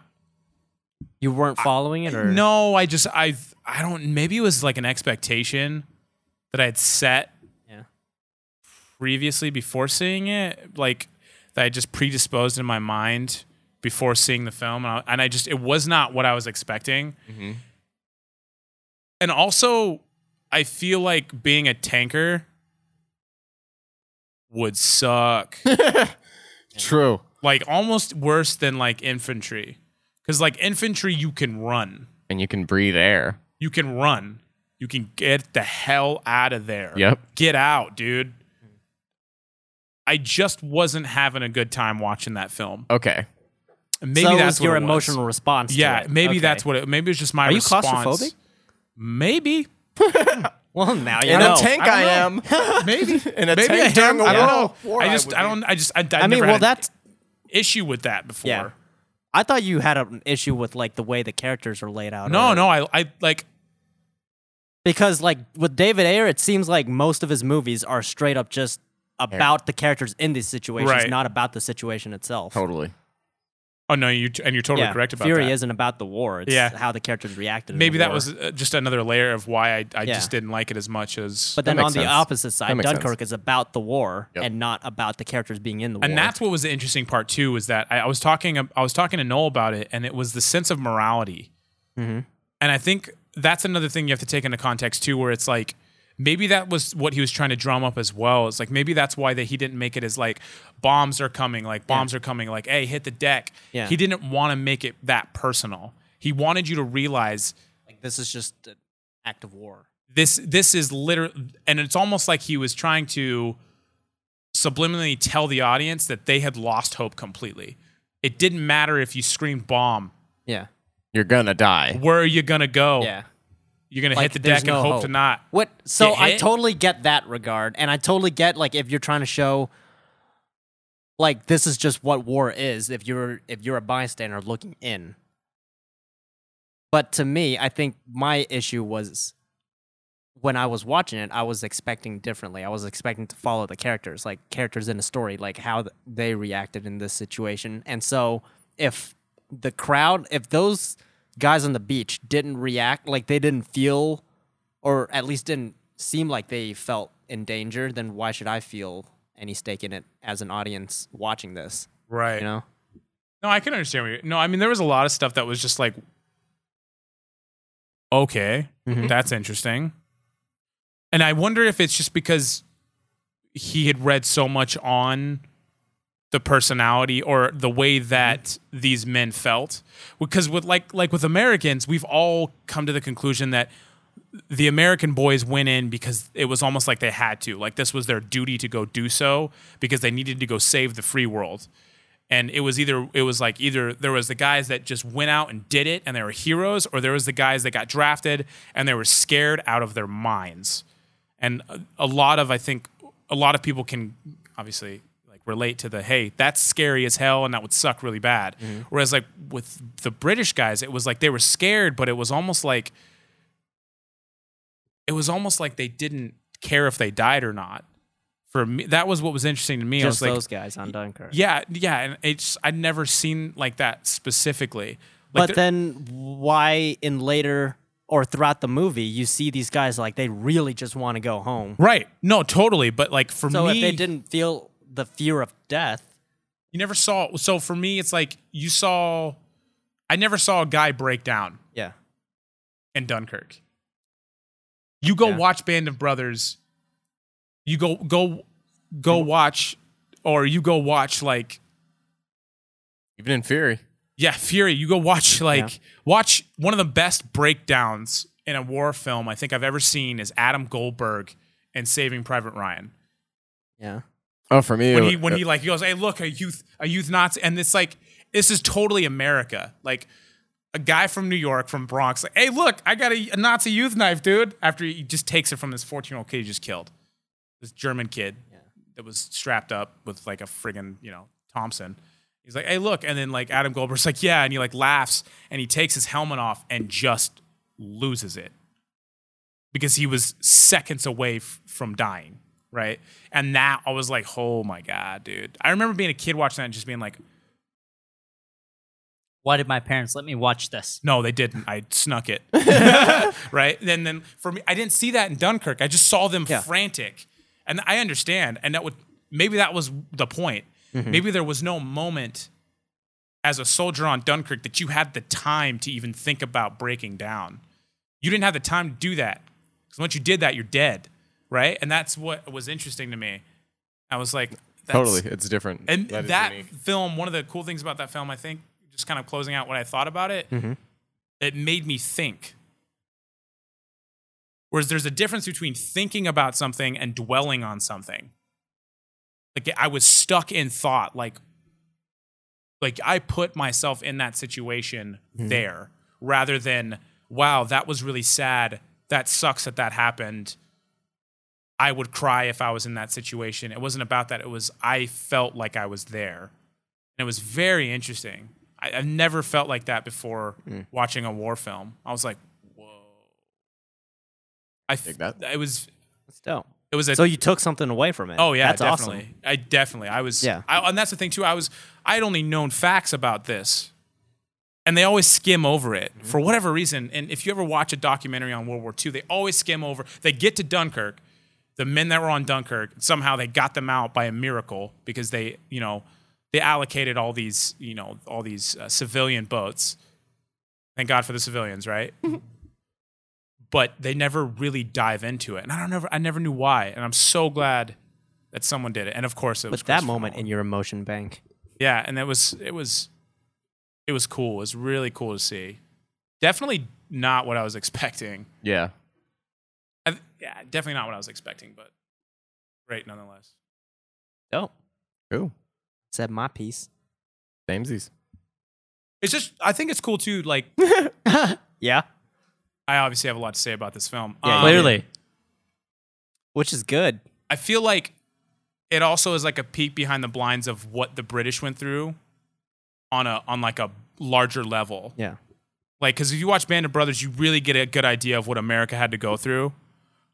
B: You weren't following it, or
C: No, I just I I don't maybe it was like an expectation that I had set
B: Yeah.
C: previously before seeing it, like that I just predisposed in my mind before seeing the film and I, and I just it was not what I was expecting. And also I feel like being a tanker would suck.
D: (laughs) True.
C: like almost worse than like infantry. Cuz like infantry you can run
D: And you can breathe air.
C: you can run. You can get the hell out of there.
D: Yep.
C: Get out, dude. I just wasn't having a good time watching that film.
D: Okay.
C: And Maybe
B: So it
C: that's
B: was your
C: what it was.
B: emotional response. to
C: Yeah,
B: it.
C: maybe
B: Okay.
C: that's what it. Maybe it's just my
B: Are you
C: response.
B: claustrophobic?
C: Maybe.
B: Well, now you
D: In
B: know.
D: a tank, I,
C: I
D: am. (laughs)
C: Maybe.
D: In a
C: maybe
D: tank
C: I, am.
D: during a
C: I don't know.
D: war,
C: I
D: I
C: just.
D: would
C: I, don't. I just. I, I,
B: I mean,
C: never
B: well,
C: had an
B: that's.
C: issue with that before.
B: Yeah. I thought you had an issue with like the way the characters are laid out.
C: No,
B: or-
C: no. I. I like.
B: because like with David Ayer, it seems like most of his movies are straight up just about the characters in these situations,
C: Right.
B: not about the situation itself.
D: (laughs) Totally.
C: Oh no, you and you're totally
B: Yeah,
C: correct about
B: Fury
C: that.
B: isn't about the war. It's
C: Yeah.
B: how the characters reacted. in
C: Maybe
B: the
C: that
B: war.
C: was uh, just another layer of why I, I
B: Yeah.
C: just didn't like it as much as.
B: But then
D: makes
B: on the
D: sense.
B: opposite
D: That
B: side,
D: makes sense.
B: Dunkirk is about the war
D: Yep.
B: and not about the characters being in the war.
C: and that's what was the interesting part too is that I, I was talking I was talking to Noel about it, and it was the sense of morality.
B: Mm-hmm.
C: And I think that's another thing you have to take into context too, where it's like maybe that was what he was trying to drum up as well. It's like maybe that's why that he didn't make it as like bombs are coming, like bombs are coming, like hey hit the deck.
B: Yeah.
C: He didn't want to make it that personal. He wanted you to realize
B: like this is just an act of war.
C: this this is literally and it's almost like he was trying to subliminally tell the audience that they had lost hope completely it didn't matter if you screamed bomb
B: Yeah.
D: You're gonna die.
C: where are you gonna go
B: Yeah.
C: you're gonna
B: Like,
C: hit the
B: there's
C: deck
B: no
C: and hope, to
B: hope.
C: not
B: What? So
C: Get
B: I
C: hit?
B: totally get that regard, and I totally get like if you're trying to show, like this is just what war is. If you're if you're a bystander looking in. But to me, I think my issue was when I was watching it, I was expecting differently. I was expecting to follow the characters, like characters in a story, like how th- they reacted in this situation. And so if the crowd, if those guys on the beach didn't react, like they didn't feel or at least didn't seem like they felt in danger, then why should I feel any stake in it as an audience watching this?
C: right
B: You know?
C: no i can understand what you no i mean there was a lot of stuff that was just like okay that's interesting and i wonder if it's just because he had read so much on the personality or the way that these men felt because with like like with Americans we've all come to the conclusion that the American boys went in because it was almost like they had to like this was their duty to go do so because they needed to go save the free world and it was either it was like either there was the guys that just went out and did it and they were heroes or there was the guys that got drafted and they were scared out of their minds and a, a lot of i think a lot of people can obviously like relate to the hey that's scary as hell and that would suck really bad
B: Mm-hmm.
C: whereas like with the british guys it was like they were scared but it was almost like it was almost like they didn't care if they died or not for me that was what was interesting to me i was
B: Just
C: like
B: those guys on Dunkirk.
C: yeah, yeah, and it's I'd never seen like that specifically. Like
B: but
C: there-
B: then why in later or throughout the movie you see these guys like they really just want to go home.
C: right? No, totally. But like for
B: So
C: me,
B: if they didn't feel the fear of death,
C: you never saw. So for me, it's like you saw. I never saw a guy break down
B: yeah.
C: in Dunkirk. You go
B: Yeah.
C: watch Band of Brothers. You go go go watch, or you go watch like
D: Even in Fury.
C: Yeah, Fury. You go watch (laughs) like watch one of the best breakdowns in a war film I think I've ever seen is Adam Goldberg and Saving Private Ryan.
B: Yeah.
D: Oh, for me.
C: When
D: it-
C: he when he like he goes, hey, look, a youth a youth Nazi, and it's like this is totally America. Like a guy from New York, from Bronx, like, hey, look, I got a, a Nazi youth knife, dude. After he just takes it from this 14 year old kid he just killed, this German kid that was strapped up with like a friggin' you know Thompson. He's like, hey, look, and then like Adam Goldberg's like, yeah, and he like laughs and he takes his helmet off and just loses it because he was seconds away f- from dying, right? And that I was like, oh my god, dude. I remember being a kid watching that and just being like,
A: Why did my parents let me watch this?
C: no, they didn't. I snuck it, right? And then for me, I didn't see that in Dunkirk. I just saw them
B: Yeah.
C: frantic, and I understand. And that would maybe that was the point. Maybe there was no moment as a soldier on Dunkirk that you had the time to even think about breaking down. You didn't have the time to do that because once you did that, you're dead, right? And that's what was interesting to me. I was like, that's,
D: totally. It's different.
C: and
D: That
C: that,
D: is unique.
C: film, one of the cool things about that film, I think, just kind of closing out what I thought about it,
D: Mm-hmm.
C: it made me think. Whereas there's a difference between thinking about something and dwelling on something. Like I was stuck in thought, like, like I put myself in that situation there, rather than wow, that was really sad. That sucks that that happened. I would cry if I was in that situation. It wasn't about that. It was I felt like I was there, and it was very interesting. I, I've never felt like that before watching a war film. I was like, I f-
D: Dig that.
C: It was
B: That's dope.
C: it was a
B: So you took something away from it.
C: Oh yeah,
B: that's
C: definitely.
B: awesome.
C: I definitely. I was.
B: Yeah.
C: Yeah. I, and that's the thing too. I was. I had only known facts about this, and they always skim over it
B: Mm-hmm.
C: for whatever reason. And if you ever watch a documentary on World War II, they always skim over. They get to Dunkirk, the men that were on Dunkirk somehow they got them out by a miracle because they, you know, they allocated all these, you know, all these uh, civilian boats. Thank God for the civilians, right? but they never really dive into it, and I don't never, I never knew why, and I'm so glad that someone did it. And of course, it was
B: But that
C: Christopher
B: moment
C: Nolan.
B: in your emotion bank.
C: yeah, and it was, it was, it was cool. It was really cool to see. Definitely not what I was (laughs) expecting.
D: Yeah.
C: I, th- yeah, definitely not what I was expecting, but great nonetheless.
B: Dope.
D: Cool.
B: Said my piece.
D: Samesies.
C: It's just, I think it's cool too. Like,
B: yeah.
C: I obviously have a lot to say about this film. Um,
B: Yeah, you do.
A: Clearly.
B: Which is good.
C: I feel like it also is like a peek behind the blinds of what the British went through on a on like a larger level.
B: Yeah.
C: Like, because if you watch Band of Brothers, you really get a good idea of what America had to go through.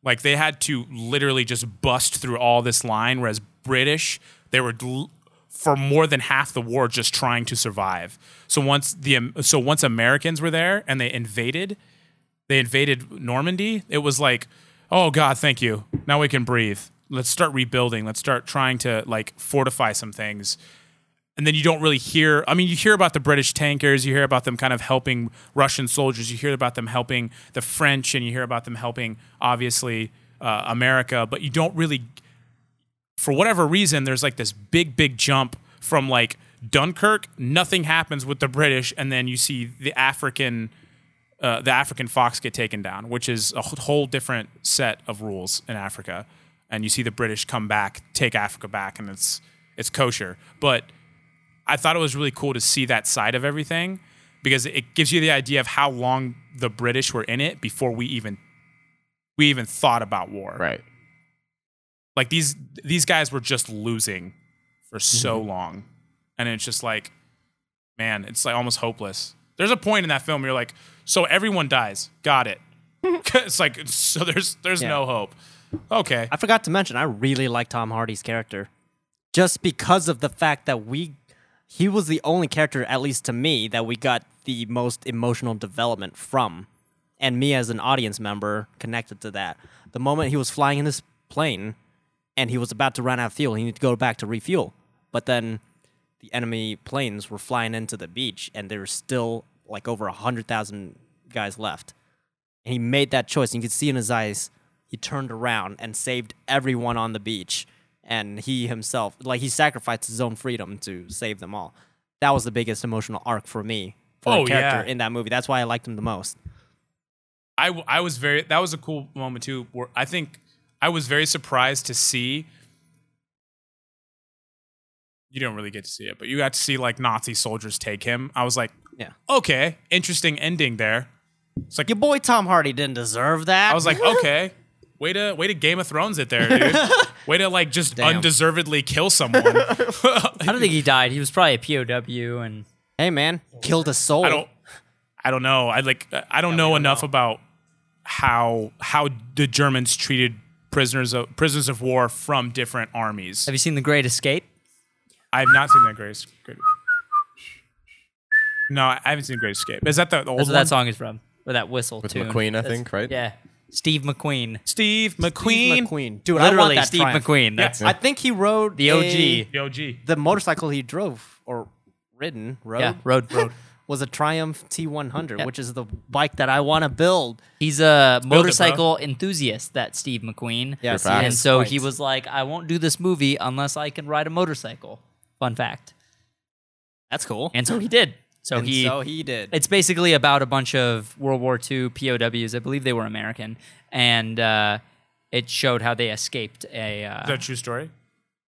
C: Like, they had to literally just bust through all this line, whereas British, they were l- for more than half the war just trying to survive. So once the Am- so once Americans were there and they invaded, they invaded Normandy. It was like, oh God, thank you. Now we can breathe. Let's start rebuilding. Let's start trying to like fortify some things and then you don't really hear i mean you hear about the british tankers you hear about them kind of helping russian soldiers you hear about them helping the french and you hear about them helping obviously uh, america but you don't really for whatever reason there's like this big big jump from like dunkirk nothing happens with the british and then you see the african uh, the african fox get taken down which is a wh- whole different set of rules in africa and you see the british come back take africa back and it's it's kosher but I thought it was really cool to see that side of everything because it gives you the idea of how long the British were in it before we even we even thought about war.
D: Right.
C: Like these these guys were just losing for so long. And it's just like man, it's like almost hopeless. There's a point in that film where you're like, so everyone dies. Got it. (laughs) it's like so there's there's
B: Yeah.
C: no hope. Okay.
B: I forgot to mention, I really like Tom Hardy's character. Just because of the fact that we, he was the only character, at least to me, that we got the most emotional development from. And me as an audience member connected to that. The moment he was flying in this plane and he was about to run out of fuel, he needed to go back to refuel. But then the enemy planes were flying into the beach and there were still like over 100,000 guys left and he made that choice. And you could see in his eyes, he turned around and saved everyone on the beach. And he himself, like he sacrificed his own freedom to save them all. That was the biggest emotional arc for me for
C: Oh,
B: a character
C: yeah.
B: in that movie. That's why I liked him the most.
C: I, w- I was very that was a cool moment too where i think i was very surprised to see you don't really get to see it but you got to see like nazi soldiers take him i was like
B: Yeah.
C: okay interesting ending there it's like
B: Your boy Tom Hardy didn't deserve that.
C: i was like okay way to way to game of thrones it there dude way to like just
B: Damn.
C: undeservedly kill someone
A: I don't think he died. He was probably a POW and
B: hey man, killed a soul.
C: I don't. I don't know. I like. I don't know enough about how how the Germans treated prisoners of prisoners of war from different armies.
A: have you seen The Great Escape?
C: I have not seen that Great Escape. No, I haven't seen Great Escape. Is that the, the old
A: That's where that
C: one?
A: song is from. Or that whistle
D: With
A: tune.
D: McQueen, I
A: That's-
D: think, right?
A: Yeah. Steve McQueen.
C: Steve McQueen.
B: Steve McQueen, dude. I want
A: Literally
B: that
A: Steve
B: triumph.
A: McQueen. That's
B: I think he rode
A: the
B: a-
A: OG.
C: The OG.
B: the motorcycle he drove or ridden rode
A: Yeah, road road.
B: was a Triumph T100, which is the bike that I want to build.
A: He's a
C: bro.
A: motorcycle enthusiast, that Steve McQueen.
B: Yes,
D: he Fact.
A: And
D: is
A: so
B: quite.
A: he was like, I won't do this movie unless I can ride a motorcycle. Fun fact.
B: That's cool.
A: And so he did. So
B: And
A: he
B: so he did.
A: It's basically about a bunch of World War II POWs. I believe they were American, and uh, it showed how they escaped a. Uh,
C: Is that a true story?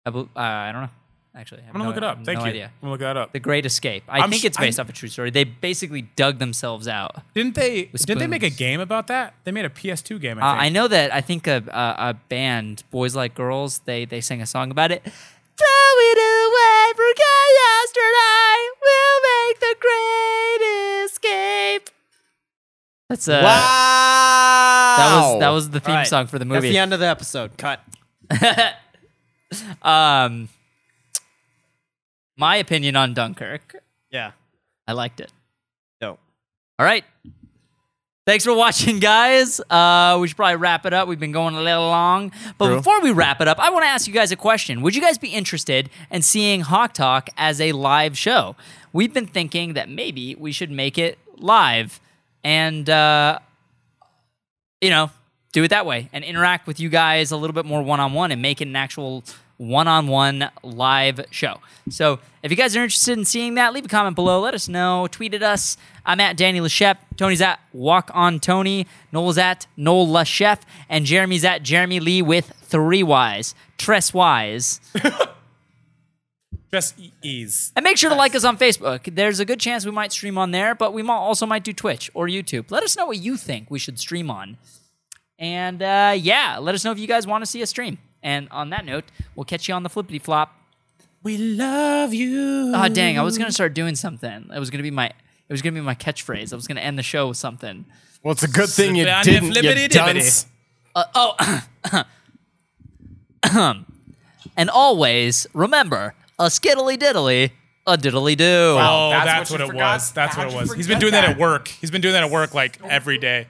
A: I bel- uh, I don't know. Actually, I have
C: I'm gonna
A: no-
C: look it up.
A: no
C: Thank you.
A: idea.
C: I'm gonna look that up.
A: The Great Escape. I
C: I'm
A: think
C: sh-
A: it's based
C: I'm-
A: off a true story. They basically dug themselves out.
C: Didn't they?
A: With
C: Didn't they make a
A: spoons.
C: game about that? They made a PS2 game.
A: Uh,
C: I
A: I
C: think.
A: know that. I think a, a, a band, Boys Like Girls, they they sang a song about it. Throw it away, forget yesterday. We'll make the great escape. That's uh,
B: wow.
A: That
D: Wow.
A: was that was the theme
B: Alright.
A: song for the
B: That's the
A: movie.
B: end of the episode. Cut.
A: um, my opinion on Dunkirk.
B: Yeah.
A: I liked it.
B: No.
A: All right. Thanks for watching, guys. Uh, we should probably wrap it up. We've been going a little long. But
D: True.
A: before we wrap it up, I want to ask you guys a question. Would you guys be interested in seeing Hawk Talk as a live show? We've been thinking that maybe we should make it live and, uh, you know, do it that way and interact with you guys a little bit more one on one and make it an actual one on one live show. So if you guys are interested in seeing that, leave a comment below. Let us know. Tweet at us. I'm at Danny Lachef. Tony's at Walk on Tony. Noel's at Noel Lachef. And Jeremy's at Jeremy Lee with three Y's. Tress Y's.
C: Just e- ease.
A: And make sure to like us on Facebook. There's a good chance we might stream on there, but we might also might do Twitch or YouTube. Let us know what you think we should stream on. And uh, yeah, let us know if you guys want to see us stream. And on that note, we'll catch you on the flippity flop.
C: We love you.
A: Oh dang, I was gonna start doing something. It was gonna be my it was gonna be my catchphrase. I was gonna end the show with something.
D: Well, it's a good thing you
C: Slippity
D: didn't, you
C: flippity
D: dunce.
A: Uh, oh, and always remember a skiddly diddly, a diddly do.
C: Oh,
E: Wow,
C: that's,
E: that's
C: what,
E: what you
C: it
E: forgot?
C: was. That's
E: How'd
C: what it
E: you
C: was. He's been
E: forget
C: doing that
E: that?
C: at work. He's been doing that at work like every day.